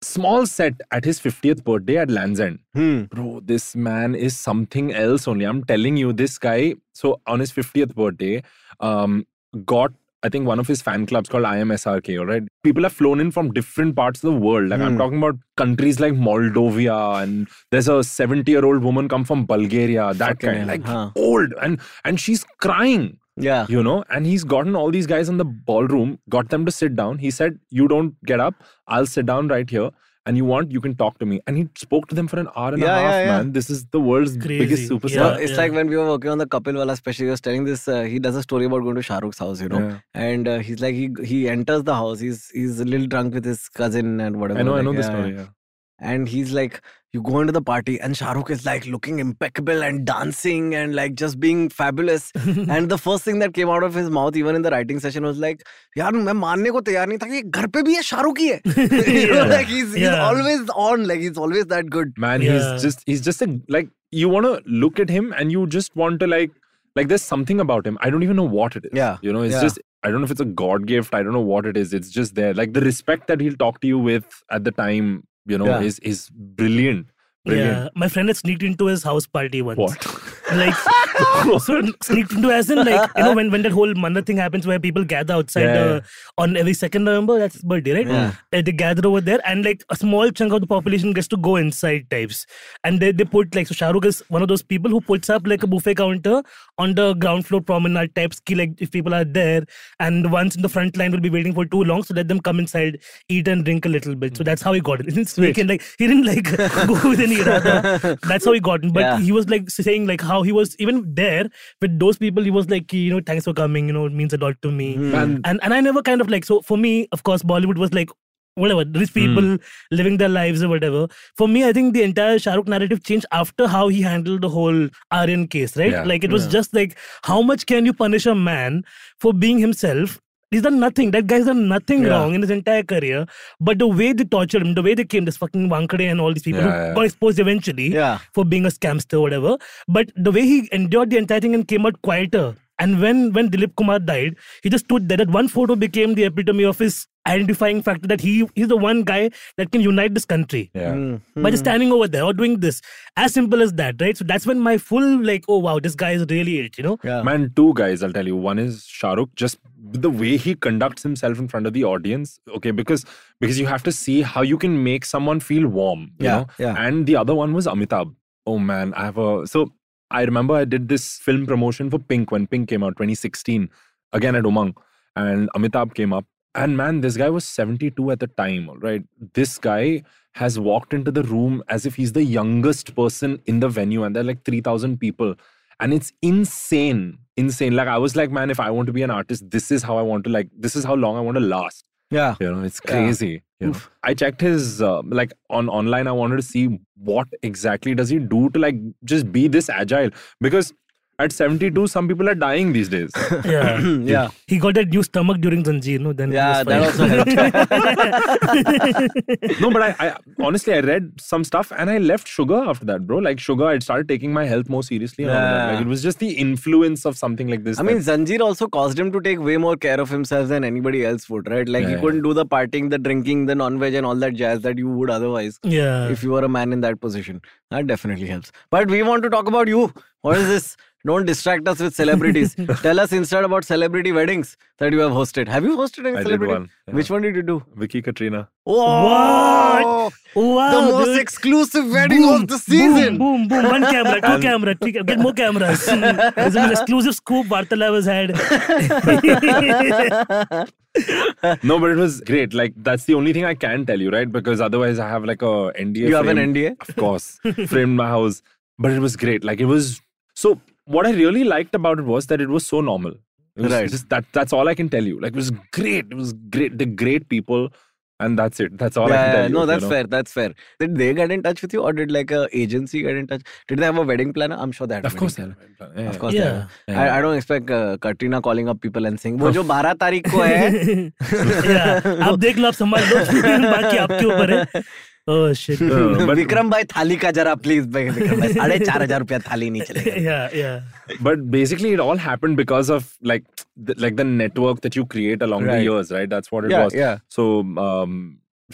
small set at his 50th birthday at Land's End.
Hmm.
Bro, this man is something else only. I'm telling you, this guy, so on his 50th birthday, um, got I think one of his fan clubs called IMSRK, all right. People have flown in from different parts of the world. Like I'm talking about countries like Moldova and there's a 70-year-old woman come from Bulgaria, that
Fucking
kind
hell,
like
huh.
old and and she's crying.
Yeah.
You know, and he's gotten all these guys in the ballroom, got them to sit down. He said, You don't get up, I'll sit down right here. and you want, you can talk to me. And he spoke to them for an hour and
Yeah,
a half,
yeah, yeah.
man. This is the world's
Crazy.
biggest
No,
superstar.
Yeah,
it's
yeah.
like when we were working on the Kapil Wala special, he was telling this. Uh, he does a story about going to Shah Rukh's house, you know,
Yeah.
and uh, he's like he he enters the house. He's he's a little drunk with his cousin and whatever.
I know, I
like,
know this
yeah,
story.
yeah.
Yeah.
And he's like, you go into the party, and Shah Rukh is like looking impeccable and dancing and like just being fabulous. and the first thing that came out of his mouth, even in the writing session, was like, "यार मैं मानने को तैयार नहीं था कि ये घर पे भी है शाहरुख ही है." you know,
Yeah.
like he's, he's
Yeah.
always on, like he's always that good.
Man,
Yeah.
he's just he's just a like you want to look at him and you just want to like like there's something about him. I don't even know what it is.
Yeah.
You know, it's
Yeah.
just I don't know if it's a God gift. I don't know what it is. It's just there. Like the respect that he'll talk to you with at the time, you know,
Yeah.
is is brilliant. Brilliant.
Yeah, my friend had sneaked into his house party once.
What?
Like, so sneaked into as in like you know when when that whole Manna thing happens where people gather outside
Yeah,
uh, on every second November that's his birthday right
Yeah.
Uh, they gather over there and like a small chunk of the population gets to go inside types and they they put like so Shahrukh is one of those people who puts up like a buffet counter on the ground floor promenade types ki, like if people are there and the ones in the front line will be waiting for too long so let them come inside eat and drink a little bit so that's how he got it he didn't sneak in like he didn't like go with any irada that's how he got in but
Yeah.
he was like saying like how he was even there with those people he was like you know thanks for coming you know it means a lot to me
Man,
and and I never kind of like so for me, of course, Bollywood was like whatever rich
Hmm.
people living their lives or whatever. For me, I think the entire Shahrukh narrative changed after how he handled the whole Aryan case, right?
Yeah.
Like it was just like how much can you punish a man for being himself? He's done nothing. That guy's done nothing
Yeah.
wrong in his entire career. But the way they tortured him, the way they came, this fucking Wankade and all these people
Yeah,
who
yeah.
got exposed eventually
Yeah.
for being a scamster or whatever. But the way he endured the entire thing and came out quieter. And when when Dilip Kumar died, he just stood there. That one photo became the epitome of his identifying factor that he he's the one guy that can unite this country.
yeah.
Hmm.
By just standing over there or doing this. As simple as that, right? So that's when my full like, oh wow, this guy is really it, you know?
Yeah.
Man, two guys, I'll tell you. One is Shahrukh, just the way he conducts himself in front of the audience. Okay, because because you have to see how you can make someone feel warm. You
Yeah,
know?
yeah.
And the other one was Amitabh. Oh man, I have a so I remember I did this film promotion for Pink when Pink came out 2016, again at Umang. And Amitabh came up. And man, this guy was 72 at the time, all right? This guy has walked into the room as if he's the youngest person in the venue, and there are like 3,000 people. And it's insane, insane. Like, I was like, man, if I want to be an artist, this is how I want to, like, this is how long I want to last.
Yeah.
You know, it's
Yeah.
crazy. You know? I checked his, uh, like, on online, I wanted to see what exactly does he do to, like, just be this agile. Because at 72, some people are dying these days.
Yeah.
yeah.
he got that new stomach during Zanjeer, you know, then he
Yeah,
was
that also helped.
no, but I, I honestly I read some stuff and I left sugar after that, bro. Like sugar, I started taking my health more seriously. And all of that.
Yeah.
Like it was just the influence of something like this.
I mean,
that-
Zanjeer also caused him to take way more care of himself than anybody else would, right? Like, he
Yeah.
couldn't do the partying, the drinking, the non veg, and all that jazz that you would otherwise
Yeah.
if you were a man in that position. That definitely helps. But we want to talk about you. What is this? Don't distract us with celebrities. Tell us instead about celebrity weddings that you have hosted. Have you hosted any
I did
celebrity?
one, yeah.
Which one did you do?
Vicky Katrina.
Whoa!
Oh, wow,
Ah,
The most
dude.
exclusive wedding of the season.
Boom, boom, boom. One camera, two camera, three camera. Get more cameras. this is an exclusive scoop Vartalav has had.
No, but it was great. Like that's the only thing I can tell you, right? Because otherwise I have like a NDA.
You have an
framed-
NDA?
Of course. framed my house. But it was great. Like it was so what I really liked about it was that it was so normal. It was
Right.
just that that's all I can tell you. Like it was great. It was great. The great people. And that's it. That's all I can
yeah,
tell you.
no,
you
that's
know?
fair. That's fair. Did they get in touch with you, or did like a agency get in touch? Did they have a wedding planner? I'm sure that.
Of course, they're yeah.
Of course.
Yeah.
Yeah. I, I don't expect uh, Katrina calling up people and saying, "वो जो 12 तारीख को है."
yeah, आप देख लो आप समझ लो बाकी आपके ऊपर है oh shit
No, no, no, Uh, but,
Vikram भाई थाली का जरा प्लीज विक्रम भाई साढ़े चार हजार रुपया थाली नहीं चलेगा
yeah yeah
but basically, it all happened because of like the, like the network that you create along the
Right.
years, right? That's what it
Yeah,
was.
yeah.
So, um,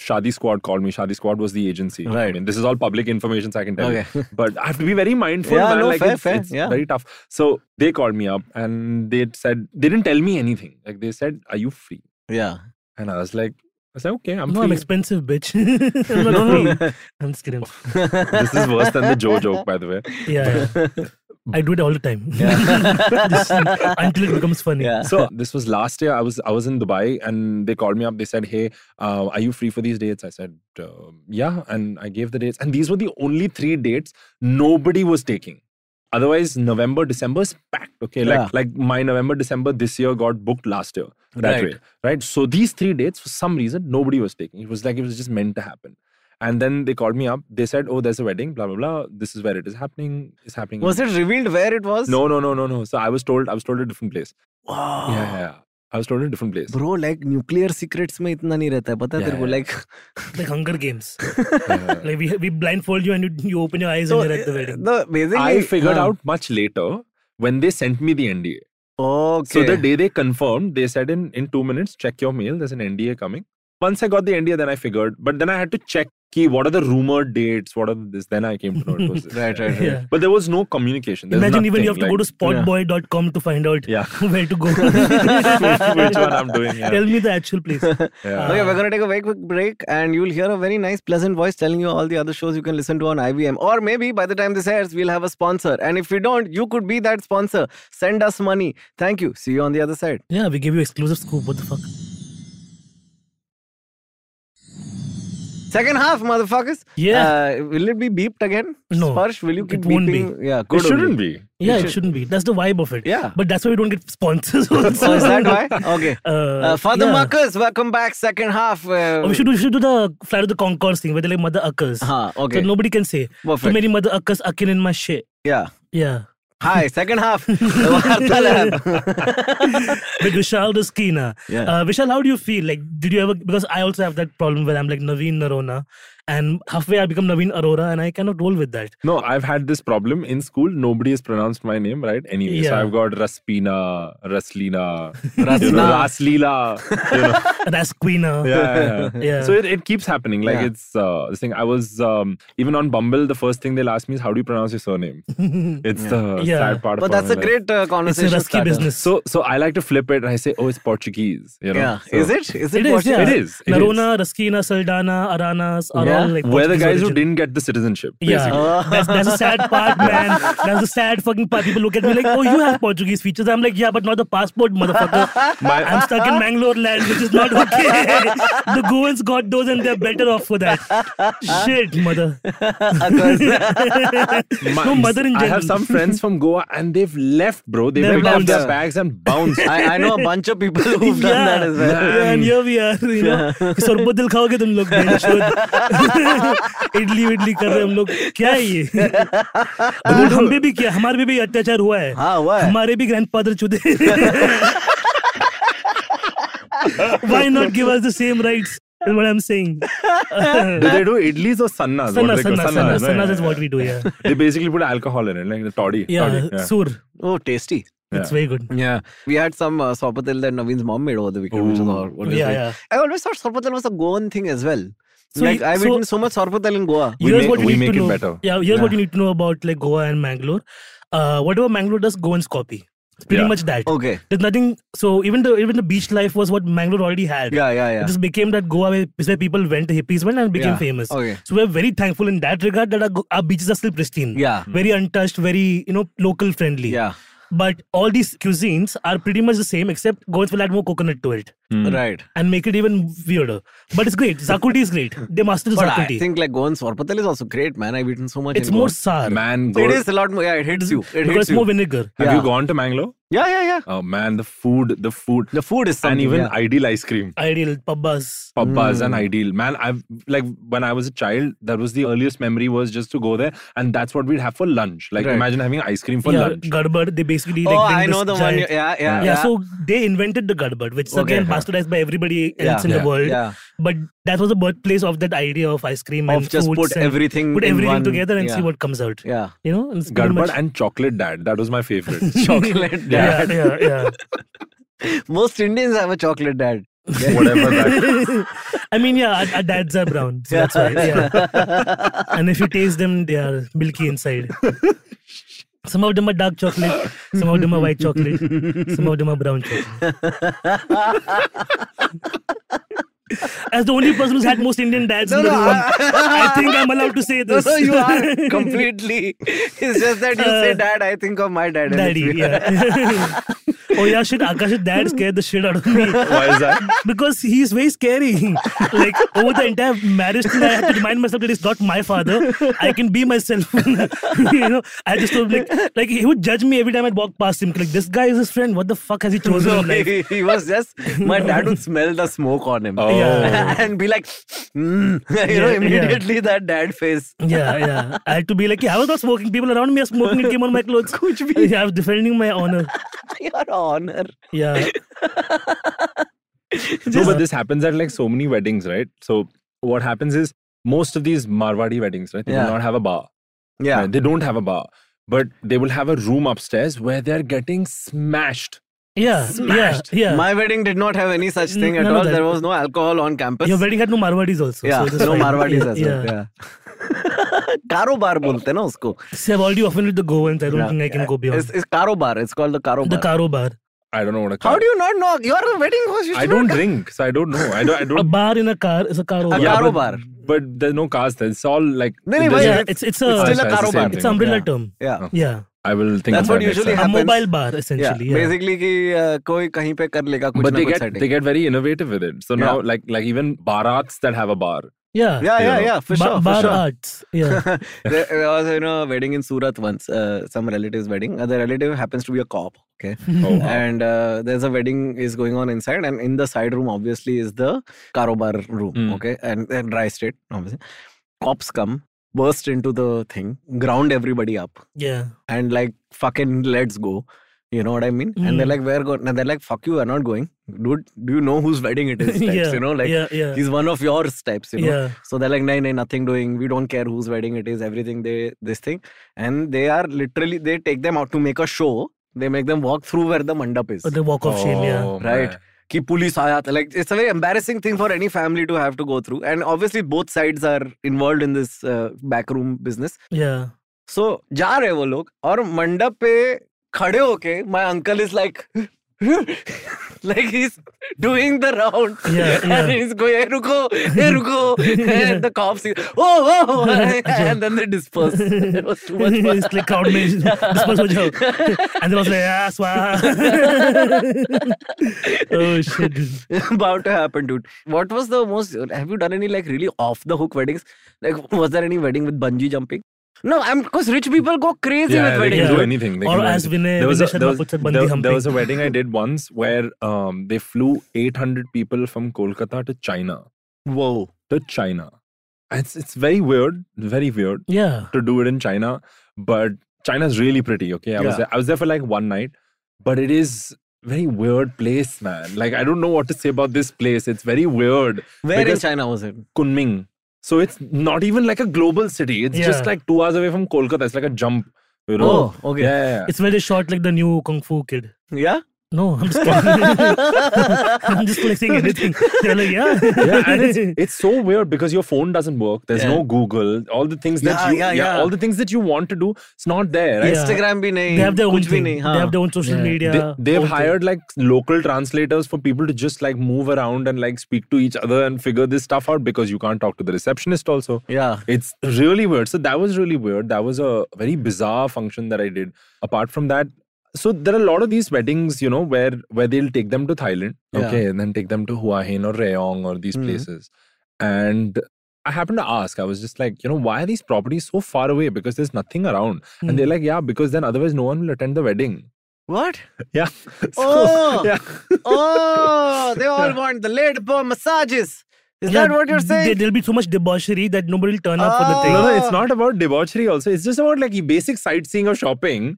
Shadi Squad called me. Shadi Squad was the agency. I
Right.
mean, this is all public information, so I can tell
Okay.
you. But I have to be very mindful.
Yeah,
man.
no,
like
fair,
it's,
fair,
it's
yeah.
very tough. So they called me up and they said they didn't tell me anything. Like they said, "Are you free?"
Yeah.
And I was like, "I said okay, I'm
no I'm
free."
expensive bitch I'm not free. I'm just kidding
this is worse than the Joe joke, by the way.
yeah, yeah. I do it all the time. Just until it becomes funny.
Yeah.
so this was last year. I was I was in Dubai and they called me up. They said, "Hey, uh, are you free for these dates?" I said, uh, "Yeah," and I gave the dates. And these were the only three dates nobody was taking. Otherwise, November December is packed. Okay,
Yeah.
like like my November December this year got booked last year that
Right.
way, right? So these three dates for some reason nobody was taking. It was like it was just meant to happen. And then they called me up. They said, "Oh, there's a wedding. Blah blah blah. This is where it is happening. It's happening." in
Was it revealed where it was?
No, no, no, no, no. So I was told I was told a different place.
Wow.
Yeah, yeah, yeah. I was told a different place.
Bro, like nuclear secrets में इतना नहीं रहता है पता है
Yeah,
तेरे को
yeah.
like
Like Hunger Games.
Yeah.
like we, we blindfold you and you, you open your eyes
so eh,
and you're at the wedding.
the uh basically
I figured
हाँ.
out much later when they sent me the NDA.
Okay.
So the day they confirmed, they said in in two minutes, check your mail. There's an NDA coming. Once I got the NDA, then I figured. But then I had to check key. What are the rumored dates? What are this? Then I came to know it was this.
Right, right, right.
Yeah.
But there was no communication. There's
Imagine even
nothing,
you have to go
like-
to spotboy.com to find out
Yeah.
where to go.
Which one I'm doing, yeah.
Tell me the actual place.
Yeah.
Okay,
Uh,
we're gonna take a very quick break, and you'll hear a very nice, pleasant voice telling you all the other shows you can listen to on IBM. Or maybe by the time this airs, we'll have a sponsor. And if we don't, you could be that sponsor. Send us money. Thank you. See you on the other side.
Yeah, we give you exclusive scoop. What the fuck?
Second half, motherfuckers.
Yeah.
Uh, will it be beeped again?
No.
Sparsh, will you
It
keep
won't be.
beeping? Yeah.
It
Good.
shouldn't be.
Yeah, it shouldn't be. That's the vibe of it.
Yeah.
But that's why we don't get sponsors.
Oh,
So Oh, is that why? Okay.
Uh,
Uh, Father
yeah.
Marcus, welcome back. Second half. Uh,
Or we should, do, we should do the Flight of the Concourse thing where they're like Mother Uckers.
Uh-huh,
Haan, okay.
So nobody can say. Too
Perfect.
many Mother Uckers ucking in my shit.
Yeah.
Yeah.
Hi. Second half. Vartalab.
With Vishal Ruskina.
Yeah.
Uh, Vishal, how do you feel? Like, did you ever? Because I also have that problem where I'm like Naveen Narona, and halfway I become Naveen Arora, and I cannot roll with that.
No, I've had this problem in school. Nobody has pronounced my name right. Anyway, so
Yeah.
I've got Raspina, Raslina, you know,
Rasna.
Raslila. You know.
Rasquina.
yeah, yeah.
Yeah.
So it, it keeps happening. Like
Yeah.
it's uh, this thing. I was um, even on Bumble. The first thing they'll ask me is how do you pronounce your surname. It's the
Yeah.
sad part.
But
of
that's a
my life.
great uh,
It's a
conversation.
risky
starter.
business.
So so I like to flip it and I say, oh, it's Portuguese. You know.
Yeah.
So-
is it? Is it?
it is,
possible?
yeah.
It is, it
Narona, Raskina, Saldana, Aranas are
Yeah.
all like.
We're the
Portuguese
guys who
origin.
didn't get the citizenship. basically.
Yeah, that's, that's a sad part, man. That's a sad fucking part. People look at me like, "Oh, you have Portuguese features." I'm like, "Yeah, but not the passport, motherfucker."
My-
I'm stuck in Mangalore land, which is not okay. the Goans got those, and they're better off for that. Shit, mother. no,
my-
mother in general.
I have some friends from Goa and they've left, bro. They
They've
picked up
bounced.
their bags and bounced.
I, I know a bunch of people who've
yeah.
done that as well.
Yeah, and here we are, you know. सोरबत दिल खाओगे तुम लोग बेंचोद। Idli Vidly कर रहे हम लोग क्या है ये और हम पे भी किया हमारे पे भी अत्याचार हुआ है
हाँ, हुआ है।
हमारे भी ग्रैंडफादर चुदे Why not give us the same rights? Is what I'm saying.
do they do idlis or sannas? What
Sanna,
do they
sanna,
call-
sanna,
sannas,
sanna
right?
is what we do. Yeah,
they basically put alcohol in it, like the toddy.
yeah.
toddy. yeah.
Sur,
Oh, tasty.
it's very good.
Yeah. We had some uh, sorpatel that Naveen's mom made over the weekend, which was all. what is
Yeah,
it?
yeah.
I always thought sorpatel was a Goan thing as well.
So
like,
you-
I've
so-
eaten so much sorpatel in Goa.
We
here's
make-
what you
we
need
make
to
it
know.
better.
Yeah, here's what you need to know about like Goa and Mangalore. Uh, whatever Mangalore does, Goans copy. It's pretty
Yeah.
much that.
Okay.
There's nothing. So even the even the beach life was what Mangalore already had.
Yeah, yeah,
It
yeah.
just became that Goa where, where people went, hippies went, and became
Yeah.
famous.
Okay.
So we're very thankful in that regard that our, go- our beaches are still pristine.
Yeah.
Very untouched, very you know local friendly.
Yeah.
But all these cuisines are pretty much the same, except Goans will add more coconut to it
Hmm. Right.
and make it even weirder. But it's great. Zakuti is great. They mastered
But I
Zakuti.
think like Goan sorpatel is also great, man. I've eaten so much.
it's
in
more
Goa.
sour.
Man,
It
go-
is a lot more. Yeah, it hits you. It
because
hits
more
you.
vinegar.
Have
Yeah.
you gone to Mangalore?
Yeah, yeah, yeah.
Oh man, the food, the food,
The food is something.
and even
yeah.
ideal ice cream.
Ideal pabbas.
Pabbas and ideal. Man, I've like when I was a child, that was the earliest memory was just to go there, and that's what we'd have for lunch. Like
Right.
imagine having ice cream for
yeah,
lunch.
gadbad. They basically like
oh,
bring
I know the one.
this giant-
you- Yeah, yeah,
yeah, so they invented the gadbad, which is
Okay.
again bastardized by everybody
Yeah.
else in the
Yeah.
world.
Yeah.
But that was the birthplace of that idea of ice cream and
Of just
fruits
put
and
everything
put
in
everything
one-
together and see
yeah.
what comes out.
yeah.
You know, and it's pretty
Gadbad
much-
and chocolate dad. That was my favorite.
Chocolate
yeah,
dad.
yeah, yeah.
Most Indians have a chocolate dad.
Whatever that.
I mean, yeah, our, our dads are brown, so that's why. Yeah. and if you taste them, they are milky inside. Some of them are dark chocolate, some of them are white chocolate, some of them are brown chocolate. As the only person who's had most Indian dads
No,
in the
no,
room,
I-
I, think I'm allowed to say
No,
this.
no, you are completely. It's just that you say
Uh,
dad, I think of my dad. and it's
Daddy,
weird.
yeah. oh yeah, shit. Akash's dad scared the shit out of me.
Why is that?
because he's very scary. like over the entire marriage thing, I had to remind myself that he's not my father. I can be myself. you know, I just told like like he would judge me every time I walk past him. Like this guy is his friend. What the fuck has he chosen
No,
in life?
he, he was just my dad would smell the smoke on him
Oh.
Yeah.
and be like, "Mm," you know,
Yeah, yeah.
immediately that dad face.
Yeah, yeah. I had to be like, yeah, I was not smoking. People around me are smoking. It came on my clothes. Yeah, I was defending my honor.
Your honor.
Yeah.
No, but this happens at like so many weddings, right? So what happens is most of these Marwadi weddings, right? They
Yeah.
do not have a bar.
Yeah.
right? They don't have a bar. But they will have a room upstairs where they're getting smashed.
Yeah.
Smashed.
Yeah. Yeah.
My wedding did not have any such thing at
None of
all.
that.
There was no alcohol on campus.
Your wedding had no Marwadis also.
yeah,
so it was
no
fine.
Marwadis as
Yeah.
well. Yeah. कारोबार बोलते हैं ना उसको
See, I've already offended the Goans. I don't
Yeah.
think I can go beyond.
It's, it's karobar. It's called the karobar.
the Karo bar.
I don't know what a car.
How do you not know? You're a wedding host. You
I
should
don't
not-
drink, so I don't know. I don't. I
A
don't.
bar in a car is a car over.
A
Yeah, but-
karobar.
But there's no cars. There. It's all like.
No, no,
it
but
doesn't-
yeah,
it's-
it's it's
it's
a
still a
it's the same
karobar.
thing.
it's an umbrella
Yeah.
term.
Yeah.
Yeah,
I will think.
That's
of
what
that next
usually
a
time.
happens.
mobile bar
Yeah,
essentially. Yeah,
basically कि uh, कोई कहीं पे कर लेगा कुछ
But
ना
they
कुछ
get
setting.
they get very innovative with it. So now, like like even barats that have a bar.
yeah,
yeah,
you
yeah,
know.
yeah, for
Ba-
sure, for
bar
sure.
arts. Yeah,
there, there was you know a wedding in Surat once, uh, some relative's wedding. Uh, the relative happens to be a cop, okay,
Oh, wow.
and uh, there's a wedding is going on inside, and in the side room obviously is the karobar room,
Hmm.
okay, and, and dry state obviously. Cops come, burst into the thing, ground everybody up,
yeah.
and like fucking let's go. You know what I mean? And
Hmm.
they're like, we're going. And they're like, fuck you, we're not going, dude. Do you know whose wedding it is? types,
yeah,
you know, like
yeah, yeah,
he's one of yours types. You know,
yeah.
so they're like, no, no, nothing doing. We don't care whose wedding it is. Everything they this thing, and they are literally they take them out to make a show. They make them walk through where the mandap is.
Or Oh, the walk of shame. Yeah,
Oh,
Right.
man.
Ki police aaya tha. Like it's a very embarrassing thing for any family to have to go through. And obviously both sides are involved in this uh, backroom business.
yeah.
सो जा रहे हैं वो लोग और मंडप पे खड़े होके my uncle is like like he's doing the round
Yeah, yeah.
and he's going hey ruko hey ruko and the cops oh oh
अच्छा।
and then they disperse it was too much fun
it's like crowd में disperse हो जाओ. and then I was like, ah, swa. oh shit.
about to happen dude what was the most have you done any like really off the hook weddings like was there any wedding with bungee jumping no i'm because rich people go crazy
Yeah,
with
they
weddings
can
Yeah.
do
dude.
anything. They
Or
can do
as
anything.
Vinay-
there was
Vinay
a,
Sharma
there was,
puts it,
there-
Bandi
there
Humping.
was a wedding I did once where um, they flew 800 people from Kolkata to China.
whoa
To China. It's, it's very weird, very weird
Yeah.
to do it in China, but China's really pretty, okay? I, was
Yeah.
there, I was there for like one night, but it is very weird place, man. Like, I don't know what to say about this place. It's very weird.
where
Because-
in china was it
Kunming. So it's not even like a global city. It's just
Yeah.
like two hours away from Kolkata. It's like a jump. You know?
Oh, okay.
Yeah, yeah, yeah.
It's where they shot like the new Kung Fu Kid.
yeah
No, I'm just kidding. I'm just like saying anything. They're like, yeah.
yeah, and it's, it's so weird because your phone doesn't work. There's no Google. All the things that
Yeah,
you,
yeah, yeah.
all the things that you want to do, it's not there. Right?
Yeah.
Instagram भी नहीं
they have their own
कुछ भी
thing.
नहीं
They
हाँ
have their own social
Yeah.
media.
They,
own
have
thing.
hired like local translators for people to just like move around and like speak to each other and figure this stuff out because you can't talk to the receptionist also.
yeah
It's really weird. So that was really weird. That was a very bizarre function that I did. Apart from that, so there are a lot of these weddings, you know, where where they'll take them to Thailand,
Yeah.
okay, and then take them to Hua Hin or Rayong or these
Mhm.
places. And I happened to ask, I was just like, you know, why are these properties so far away? Because there's nothing around. And
Mm.
they're like, yeah, because then otherwise no one will attend the wedding.
what
Yeah.
Oh.
yeah.
oh they all want the lead bomb massages is
Yeah,
that what you're saying
There, there'll be so much debauchery that nobody will turn up for the thing.
Oh. No, no, it's
Ah.
not about debauchery also. It's just about like basic sightseeing or shopping.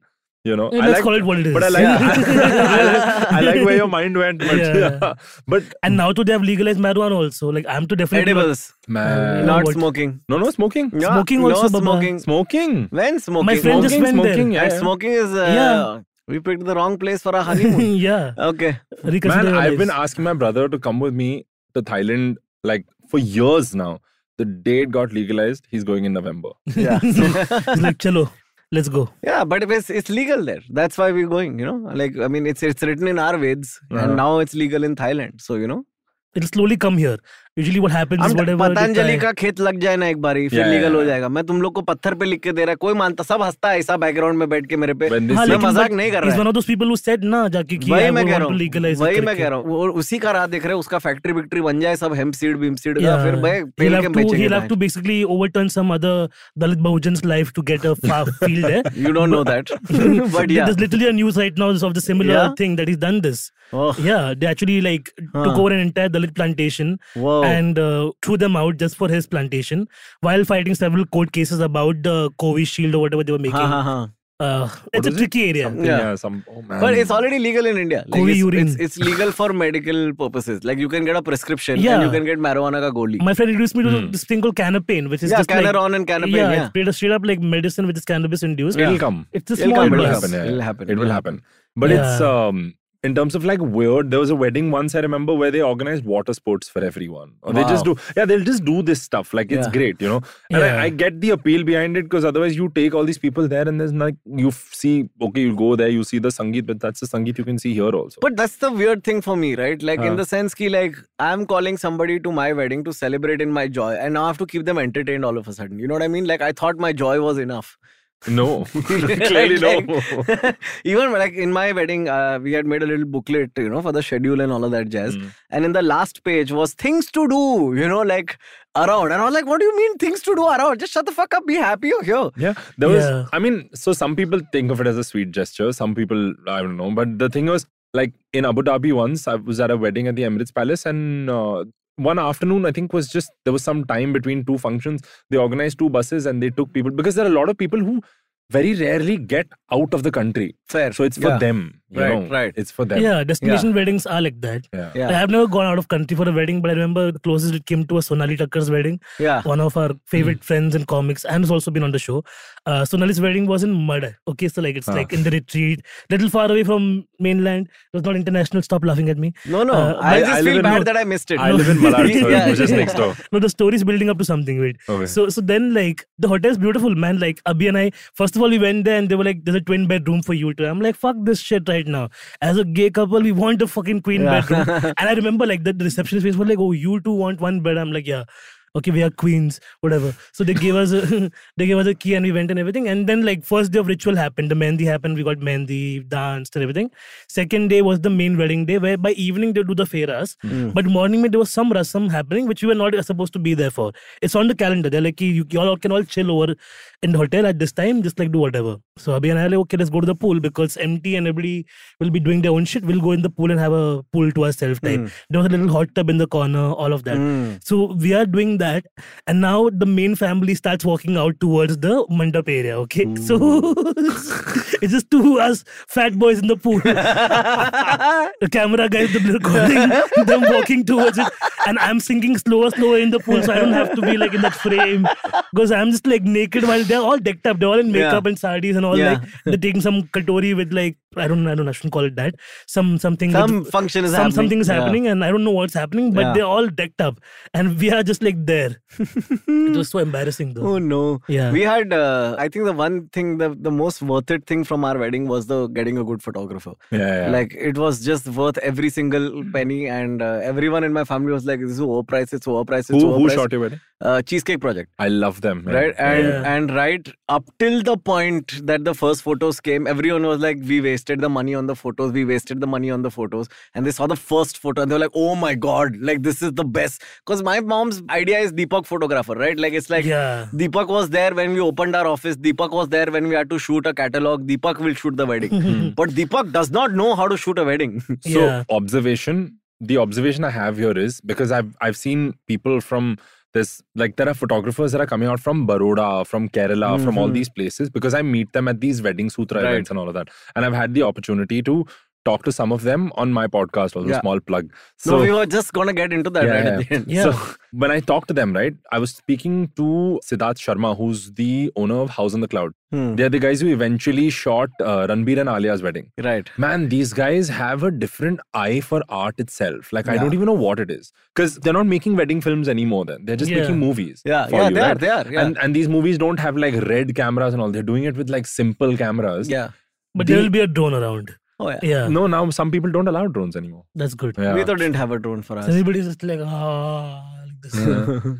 You know,
Yeah,
I
let's
like-
call it what it is.
But I like, I like, I like where your mind went. But,
Yeah.
yeah. but
and now too, they have legalized marijuana also. Like I'm to definitely not-
edibles
man,
not
what-
smoking
no, no, smoking,
yeah,
Smoking
no
also, Baba.
smoking
smoking.
when smoking
My friend just
Smoking,
went
smoking,
there.
yeah,
and
yeah.
smoking is uh,
Yeah.
we picked the wrong place for our honeymoon
yeah.
okay
Reconsider
Uh, Man,
your
I've been
lives.
asking my brother to come with me to Thailand like for years now. The day it got legalized, he's going in November.
yeah
It's like, chalo, let's go.
yeah but it's, it's legal there that's why we're going you know like i
Uh-huh.
mean it's it's written in our Veds and now it's legal in Thailand so you know
It'll slowly come here. usually what happens is
हम
whatever the
Patanjali
time-
का खेत लग जाए ना एक बारी फिर
Yeah, yeah,
legal हो
yeah.
जाएगा मैं तुम लोग को पत्थर पे लिख के दे रहा है कोई मानता सब हंसता है ऐसा बैकग्राउंड में बैठ के मेरे पे
When they
हाँ,
say-
मैं
लेकिन
मजाक
but
नहीं कर
he's
रहा
one of those people who said ना जाके कि I
वही मैं
would
कह
want
रहा
to
हूँ
legalize it
वही मैं
करके।
कह रहा हूँ और उसी का राह देख रहे हैं उसका फैक्ट्री विक्ट्री बन जाए सब हेम्प सीड बीम सीड का
Yeah.
uh, फिर भाई
He'll
पेल के
have to
बेचेंगे
he'll have to basically overturn some other Dalit Bahujan's life to get a fa- field there.
You don't know that but yeah
There's literally a news right now of the similar
Yeah?
thing that he's done this.
Oh
Yeah, they actually like took
Huh.
over an entire Dalit plantation
Wow.
and uh, threw them out just for his plantation while fighting several court cases about the COVID shield or whatever they were making.
हाँ हाँ हाँ
Uh, it's a
is it?
tricky area.
Something,
Yeah.
yeah, some- oh, man.
But it's already legal in India. Like
Koi
it's,
urine.
it's, it's legal for medical purposes. Like you can get a prescription and
Yeah.
you can get marijuana ka goli.
My friend introduced me to
Hmm.
this thing called canapane, which is
yeah,
just like
Canaron and Canapin.
yeah,
Yeah,
it's straight up, straight up like medicine which is cannabis induced.
It'll come.
It's a
It'll
small
come,
It will
Yes.
plus.
happen. yeah,
It'll
yeah.
happen,
It will
it'll
happen. But it's
Yeah.
um in terms of like weird. There was a wedding once I remember where they organized water sports for everyone. Or they just
Wow.
do yeah, they'll just do this stuff. Like it's
Yeah.
great, you know. And
Yeah.
I, I get the appeal behind it because otherwise you take all these people there and there's like you f- see okay you go there you see the sangeet but that's the sangeet you can see here also.
But that's the weird thing for me, right? Like in
Huh.
the sense ki like I'm calling somebody to my wedding to celebrate in my joy, and now I have to keep them entertained all of a sudden. You know what I mean? Like I thought my joy was enough.
no, clearly no.
Like, even like in my wedding, uh, we had made a little booklet, you know, for the schedule and all of that jazz.
Mm.
And in the last page was things to do, you know, like around. And I was like, what do you mean things to do around? Just shut the fuck up, be happy you're here.
Yeah, there
Yeah.
was. I mean, so some people think of it as a sweet gesture. Some people, I don't know. But the thing was, like in Abu Dhabi once, I was at a wedding at the Emirates Palace, and uh, one afternoon, I think was just there was some time between two functions. They organized two buses, and they took people because there are a lot of people who very rarely get out of the country.
Fair.
So it's for
Yeah.
them. You
Right,
know?
right.
It's for them.
Yeah, destination weddings are like that.
Yeah.
Yeah.
I have never gone out of country for a wedding, but I remember the closest it came to was Sonali Takkar's wedding,
Yeah. Hmm.
one of our favorite friends in comics, and has also been on the show. Uh, Sonali's wedding was in Mud. Okay, so like it's like in the retreat, little far away from mainland. It was not international. Stop laughing at me.
No, no.
Uh,
I
but
just
I live
feel
in-
bad that I missed it.
I live in Malad, so
Yeah.
it was just next door.
No, the story's building up to something. Wait.
Okay.
So so then like the hotel's beautiful, man. Like Abhi and I, first of all, we went there and they were like, "There's a twin bedroom for you too." I'm like, "Fuck this shit right now." As a gay couple, we want a fucking queen
Yeah.
bedroom. and I remember like the the receptionist was like, "Oh, you two want one bed?" I'm like, "Yeah." Okay, we are queens, whatever. So they gave us a, they gave us a key and we went and everything. And then like first day of ritual happened, the mehndi happened. We got mehndi, danced and everything. Second day was the main wedding day where by evening they do the fairas. But morning mein there was some rasam happening which we were not supposed to be there for. It's on the calendar. They're like, you, you all can all chill over in the hotel at this time, just like do whatever. So Abhi and I were like, okay, let's go to the pool because it's empty and everybody will be doing their own shit. We'll go in the pool and have a pool to ourselves type. There was a little hot tub in the corner, all of that. So we are doing that, and now the main family starts walking out towards the mandap area. Okay, so it's just two us fat boys in the pool. the camera guy is recording them walking towards it, and I'm sinking slower, slower in the pool, so I don't have to be like in that frame because I'm just like naked while they're all decked up. They're all in makeup
Yeah.
and sarees and all.
Yeah.
Like they're taking some katori with like I don't I don't know, I shouldn't call it that. Some something with-
Some function is
some
happening.
something is
Yeah.
happening and I don't know what's happening, but
Yeah.
they're all decked up and we are just like there. it was so embarrassing though.
Oh no.
Yeah.
We had uh, I think the one thing the the most worth it thing from our wedding was the getting a good photographer.
Yeah, yeah.
Like it was just worth every single
Hmm.
penny and uh, everyone in my family was like this is overpriced it's overpriced it's
who who
overpriced.
shot your wedding?
uh, cheesecake project.
I love them. yeah.
Right and
Yeah.
and right up till the point that the first photos came, everyone was like, "We wasted the money on the photos. We wasted the money on the photos." And they saw the first photo and they were like, "Oh my god! Like this is the best." Because my mom's idea is Deepak photographer, right? Like it's like
yeah.
Deepak was there when we opened our office. Deepak was there when we had to shoot a catalog. Deepak will shoot the
Hmm.
wedding. but Deepak does not know how to shoot a wedding.
So
Yeah.
observation, the observation I have here is because I've I've seen people from this like there are photographers that are coming out from Baroda, from Kerala, from all these places because I meet them at these wedding sutra
Mm-hmm. Right.
events and all of that, and I've had the opportunity to talk to some of them on my podcast. Also,
Yeah.
small plug.
so we were just going to get into that right at the end.
Yeah.
So when I talked to them, right, I was speaking to Siddharth Sharma, who's the owner of House on the Cloud.
Hmm.
They're the guys who eventually shot uh, Ranbir and Alia's wedding.
Right.
Man, these guys have a different eye for art itself. Like, I
Yeah.
don't even know what it is. Because they're not making wedding films anymore, then. They're just
Yeah.
making movies.
Yeah,
for
yeah,
you,
they are,
right?
they are. Yeah.
And, and these movies don't have like red cameras and all. They're doing it with like simple cameras.
yeah.
But there
the-
will be a drone around.
Oh yeah.
Yeah.
No, now some people don't allow drones anymore.
That's good.
Yeah.
Vito didn't have a drone for
So
us.
everybody's just like, ah, this.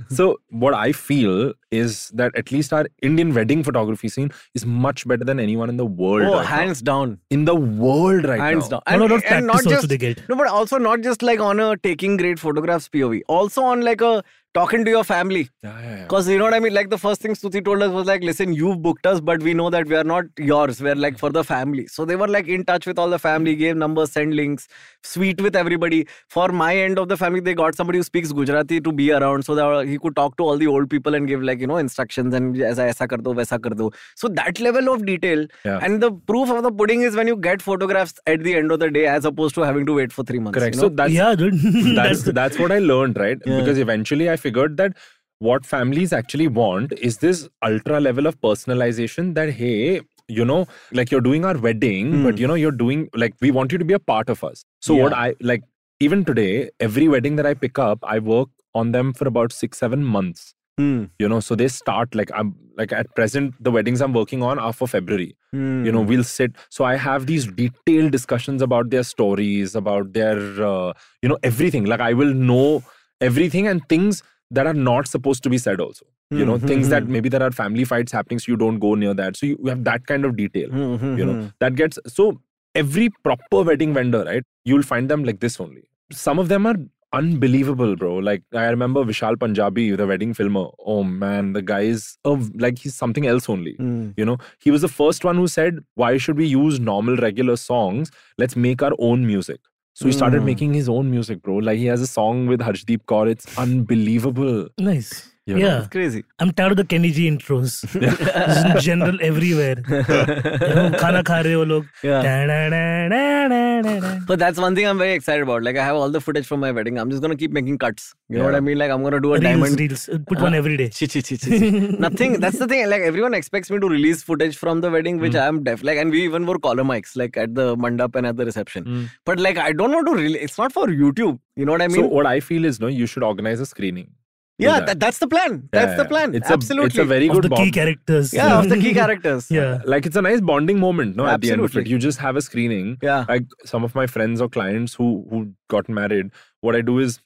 so what I feel is that at least our Indian wedding photography scene is much better than anyone in the world.
Oh,
right now.
hands down.
In the world right
Hands
now.
down. And,
lot of
and not
practice also
just
they get.
no, but also not just like on a taking great photographs POV. Also on like a talking to your family.
Yeah, yeah, yeah.
Because you know what I mean? Like the first thing Stuti told us was like, listen, you've booked us, but we know that we are not yours. We're like for the family. So they were like in touch with all the family, gave numbers, send links, sweet with everybody. For my end of the family, they got somebody who speaks Gujarati to be around so that he could talk to all the old people and give like, you know, instructions and aisa, aisa kar do, vaisa kar do. So that level of detail
Yeah.
and the proof of the pudding is when you get photographs at the end of the day as opposed to having to wait for three months.
Correct.
you
So
know?
that's
yeah, dude.
that's
that's the,
that's what I learned, right?
Yeah.
Because eventually I figured that what families actually want is this ultra level of personalization that hey, you know, like you're doing our wedding, but you know, you're doing like we want you to be a part of us. So what I like even today, every wedding that I pick up, I work on them for about six, seven months.
Hmm.
You know, so they start like I'm like at present the weddings I'm working on are for February you
Hmm.
know we'll sit so i have these detailed discussions about their stories about their uh, you know everything like i will know everything and things that are not supposed to be said also you know
Hmm,
things
hmm,
that
hmm.
maybe there are family fights happening so you don't go near that so you, you have that kind of detail
Hmm, hmm,
you know
hmm.
that gets so every proper wedding vendor right you'll find them like this only some of them are unbelievable bro like i remember vishal punjabi the wedding filmer oh man the guy is a, like he's something else only
Hmm.
you know he was the first one who said why should we use normal regular songs let's make our own music so he started
Mm.
making his own music bro like he has a song with harshdeep kaur it's unbelievable
nice.
You know,
yeah.
It's crazy.
I'm tired of the Kenny G intros. Just in general everywhere. you know, khana kha rahe ho log.
Yeah.
Da-da-da-da-da-da-da.
So that's one thing I'm very excited about. Like I have all the footage from my wedding. I'm just gonna keep making cuts. You know what I mean? Like I'm gonna do a
Reels,
diamond. Ah,
reels. Put one every day.
Chi, chi, chi, chi, chi. Nothing. That's the thing. Like everyone expects me to release footage from the wedding, which
Hmm.
I'm deaf. Like, and we even wore collar mics, like at the mandap and at the reception. But like, I don't want to. Really, it's not for YouTube. You know what I mean?
Hmm. so what i feel is no you should organize a screening do
yeah,
that.
that, that's the plan.
Yeah,
That's the
yeah.
plan.
it's
Absolutely.
a, it's a very
Of
good
the key
bond.
characters.
yeah, of the key characters.
Yeah.
like it's a nice bonding moment no at the end of it
Absolutely.
you just have a screening
Yeah.
like some of my friends or clients who who got married what i do is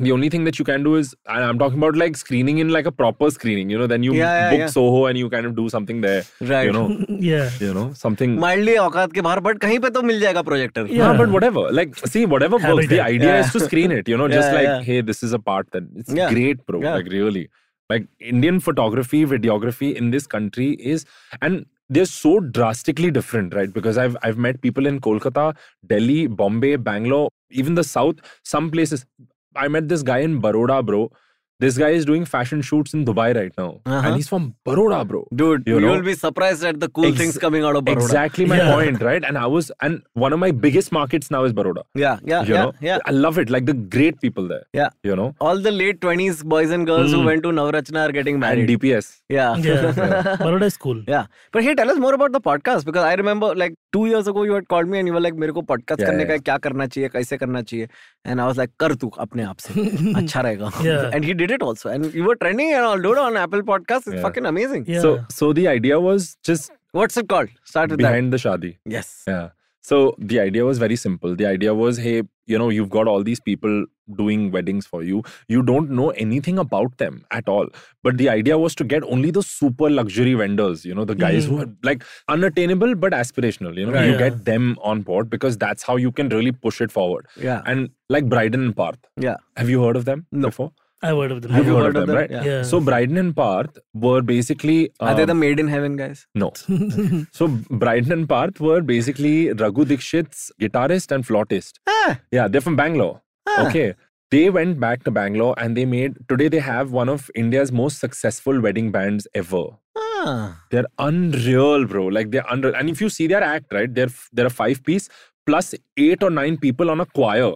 the only thing that you can do is and i'm talking about like screening in like a proper screening you know then you
Yeah, yeah,
book
yeah.
soho and you kind of do something there
Right.
you know
Yeah.
you know something
mildly औकात के बाहर but कहीं पे तो मिल जाएगा projector
yeah.
Yeah.
but whatever like see whatever
Have
works
it
the
there.
idea
Yeah.
is to screen it you know
Yeah,
just like
yeah.
hey this is a part that it's
Yeah.
great bro
Yeah.
like really like indian photography videography in this country is and they're so drastically different right because i've i've met people in kolkata delhi bombay bangalore even the south some places i met this guy in baroda bro this guy is doing fashion shoots in dubai right now
Uh-huh.
and he's from baroda bro
Dude,
You
you
know?
will be surprised at the cool
Ex-
things coming out of Baroda.
exactly my
Yeah.
point right and i was and one of my biggest markets now is baroda
Yeah, yeah,
you
yeah,
know
yeah.
i love it like the great people there
Yeah.
you know
All the late 20s boys and girls who
Mm.
went to Navrachna are getting married.
and dps
Yeah.
Yeah. Baroda is cool.
Yeah. But hey, tell us more about the podcast because I remember like two years ago you had called me and you were like, मेरे को podcast
Yeah,
करने
yeah,
का है, क्या करना चाहिए कैसे करना चाहिए and I was like कर तू अपने आप से अच्छा रहेगा
Yeah.
and he did it also and you were trending and all dude on Apple Podcast it's
Yeah.
fucking amazing
Yeah.
so so the idea was just
what's it called start with
behind the shadi
that yes
yeah so the idea was very simple the idea was hey you know you've got all these people doing weddings for you you don't know anything about them at all but the idea was to get only the super luxury vendors you know the guys who are like unattainable but aspirational you know
Mm. Right.
you
Yeah.
get them on board because that's how you can really push it forward
yeah
and like Bryden and Parth
yeah
have you heard of them
No.
before
I heard of them.
Have you heard of them, right?
Yeah.
Yeah.
So Bryden and Parth were basically
are they
um,
the made in heaven guys
no. so Bryden and Parth were basically Raghu Dikshit's guitarist and flautist.
ah,
Yeah, they're from Bangalore.
ah.
Okay. They went back to Bangalore and they made today they have one of India's most successful wedding bands ever.
Ah.
They're unreal, bro. Like they're unreal. And if you see their act, right? They're f- they're a five piece plus eight or nine people on a choir.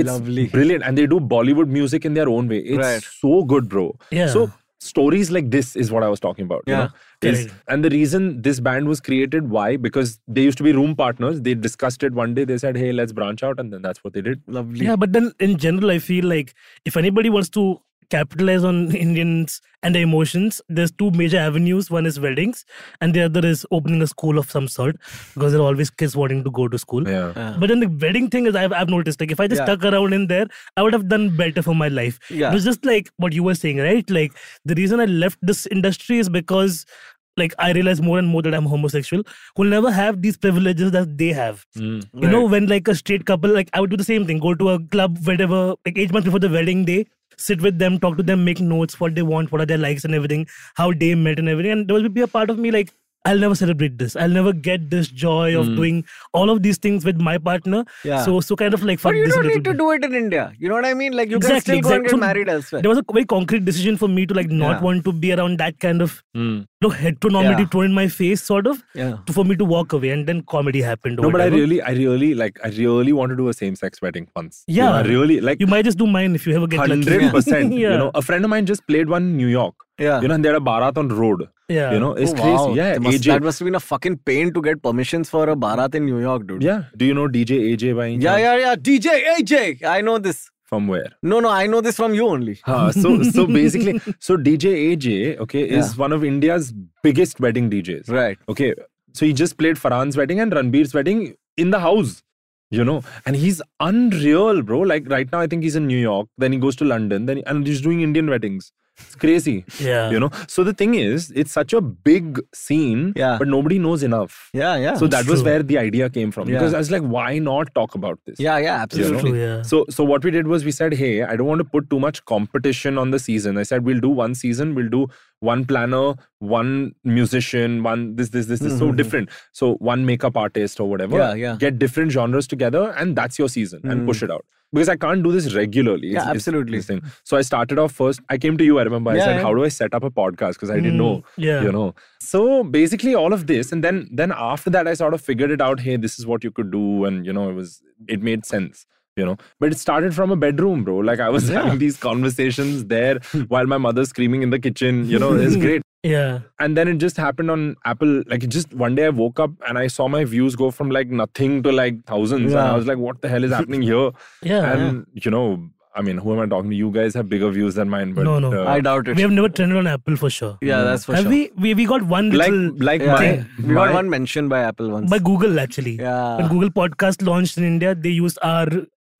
It's
Lovely.
brilliant. And they do Bollywood music in their own way. It's
Right.
so good, bro.
Yeah.
So stories like this is what I was talking about. You
Yeah.
know? Is-
Correct.
and the reason this band was created, why? Because they used to be room partners. They discussed it one day. They said, hey, let's branch out. And then that's what they did.
Lovely.
yeah, but then in general, I feel like if anybody wants to capitalize on Indians and their emotions, there's two major avenues. One is weddings, and the other is opening a school of some sort because there are always kids wanting to go to school.
Yeah.
Ah.
But then the wedding thing is, I've, I've noticed like if I just
Yeah.
stuck around in there, I would have done better for my life.
Yeah.
It was just like what you were saying, right? Like the reason I left this industry is because like I realize more and more that I'm homosexual, who'll never have these privileges that they have.
Mm.
You know, when like a straight couple, like I would do the same thing, go to a club, whatever, like eight months before the wedding day, sit with them, talk to them, make notes, what they want, what are their likes and everything, how they met and everything. And there will be a part of me like, I'll never celebrate this. I'll never get this joy of doing all of these things with my partner.
Yeah.
So, so kind of like, fuck
But you
this
don't
little
need to
bit.
do it in India. You know what I mean? Like you can
exactly,
still go and get
exactly. So
married elsewhere.
There was a very concrete decision for me to like not
Yeah.
want to be around that kind of
Mm.
you know, heteronormative
Yeah.
thrown in my face, sort of,
Yeah.
to- for me to walk away. And then comedy happened. or
No, but I
whatever.
really, I really like, I really want to do a same-sex wedding once. You know,
Yeah.
I really like.
You might just do mine if you ever get
Hundred
lucky.
percent. You
Yeah.
know, a friend of mine just played one in New York.
Yeah.
You know, and they had a barat on road.
Yeah.
You know, it's
Oh,
crazy.
wow.
Yeah.
That must,
AJ.
that must have been a fucking pain to get permissions for a barat in New York, dude.
yeah. Do you know DJ AJ by any
yeah,
chance?
yeah, yeah. DJ AJ, I know this.
From where?
No, no, I know this from you only.
Huh, so so basically, so DJ AJ, okay, is one of India's biggest wedding DJs.
Right.
Okay. So he just played Farhan's wedding and Ranbir's wedding in the house. You know, and he's unreal, bro. Like right now, I think he's in New York. Then he goes to London. Then and he's doing Indian weddings. It's crazy.
Yeah.
You know. So the thing is, it's such a big scene,
Yeah.
but nobody knows enough.
Yeah, yeah.
So that was
true.
where the idea came from.
Yeah.
Because I was like, why not talk about this?
yeah, yeah, absolutely.
True, yeah.
So so what we did was we said, hey, I don't want to put too much competition on the season. I said we'll do one season, we'll do one planner, one musician, one this this this this.
Mm-hmm.
So different. So one makeup artist or whatever.
Yeah, yeah.
Get different genres together, and that's your season,
Mm.
and push it out. Because I can't do this regularly.
Yeah, absolutely.
this thing. So I started off first. I came to you. I remember.
Yeah,
I said,
yeah.
"How do I set up a podcast?" Because I didn't know.
Mm. yeah.
You know. Oh. So basically, all of this, and then then after that, I sort of figured it out. Hey, this is what you could do, and you know, it was it made sense you know but it started from a bedroom bro like i was having these conversations there while my mother's screaming in the kitchen you know it's great
Yeah.
and then it just happened on apple like it just one day i woke up and i saw my views go from like nothing to like thousands and i
Yeah.
was like what the hell is happening here
Yeah.
and you know i mean who am i talking to you guys have bigger views than mine but
No, no.
uh,
I doubt it.
We have never trended on Apple for sure.
yeah, that's for
have
sure.
we, we? We got one
like
little
like
yeah.
my,
we
my
got one mention by Apple once.
by Google actually.
Yeah.
When Google Podcast launched in India, they used our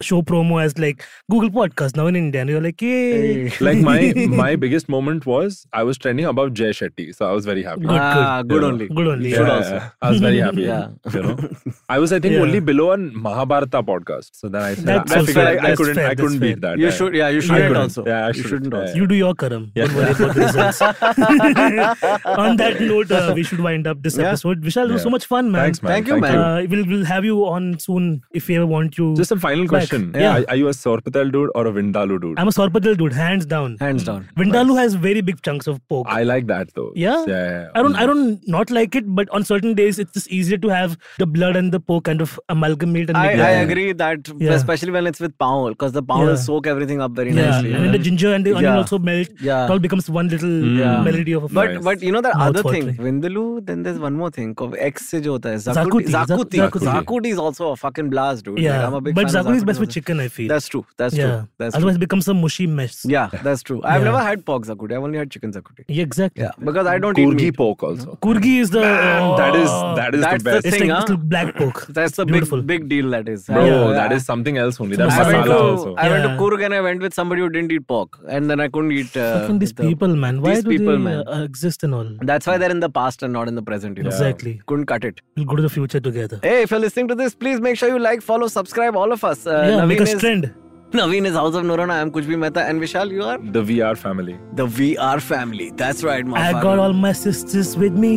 show promo as like Google Podcast now in India, and you're like, yay.
Hey.
like my my biggest moment was i was trending above jay shetty so i was very happy
Good,
ah, good,
Yeah.
only.
Good only.
Yeah,
should
yeah,
also.
yeah. I was very happy.
Yeah.
You know, I was I think
Yeah.
only below on Mahabharata podcast. So then I said,
That's
I
also
figured
fair.
I, I
That's
couldn't
fair.
I couldn't
That's
beat that.
You
yeah.
should, yeah, you shouldn't
couldn't.
also.
Yeah, I
you shouldn't
shouldn't. Yeah,
also.
You do your karam. Don't worry about the results. on that note, uh, we should wind up this
Yeah.
episode. Vishal, it was
Yeah.
so much fun, man.
Thanks, man.
Thank you, man.
Uh, we'll, we'll have you on soon if we ever want you.
Just a final
Back.
question.
Yeah.
Are, are you a Sorpatel dude or a Vindalu dude?
I'm a Sorpatel dude, hands down.
Hands down.
Vindaloo has very big chunks of pork.
I like that though.
Yeah?
Yeah. yeah,
I don't I don't not like it, but on certain days it's just easier to have the blood and the pork kind of amalgamate and
I,
make
I
it-
agree that
Yeah.
especially when it's with paul because the paul
Yeah.
will soak everything up very
Yeah,
nicely.
and then the ginger and the onion
Yeah.
also melt.
Yeah.
It all becomes one little
Yeah.
melody of a
But
Nice.
but you know that other thing,
Mouth-watering.
Vindaloo. Then there's one more thing. ko- X se jo hota hai,
Zakuti,
Zakuti.
Zaku-
Zakuti.
Zakuti.
Zakuti is also a fucking blast, dude. Like,
yeah.
I'm a big
but
fan of
Zaku is best with
also.
chicken, I feel.
That's true. That's
yeah.
true. That's
Otherwise
true.
it becomes a mushy mess.
Yeah, that's true. I've
Yeah.
never had pork zakuti. I've only had chicken zakuti.
Yeah, exactly.
Yeah, because I don't eat
Mm. Kurgi
meat.
pork also.
Kurgi is the oh,
That is that is
That's
the
the
best.
it's
thing,
like
huh?
this little black pork.
That's the
Beautiful.
big big deal that is.
Bro,
Yeah.
that is something else only. That
I went,
masala
to,
also.
I went to
Yeah.
Kurg and I went with somebody who didn't eat pork, and then I couldn't eat. Uh,
Fucking these
the-
people, man. Why
these
do
people,
they
man.
uh, exist and all?
That's why they're in the past and not in the present. You know?
Exactly.
Couldn't cut it.
We'll go to the future together.
Hey, if you're listening to this, please make sure you like, follow, subscribe, all of us. Uh,
yeah, make
Naveen,
us
is,
trend.
Naveen is House of Noron. I am Kuch Bhi Mehta. And Vishal, you are
The VR family.
the VR family. That's right, my
I got all my sisters with me.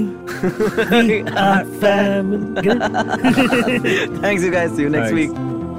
we are family. Get it?
Thanks, you guys. See you next
Thanks.
week.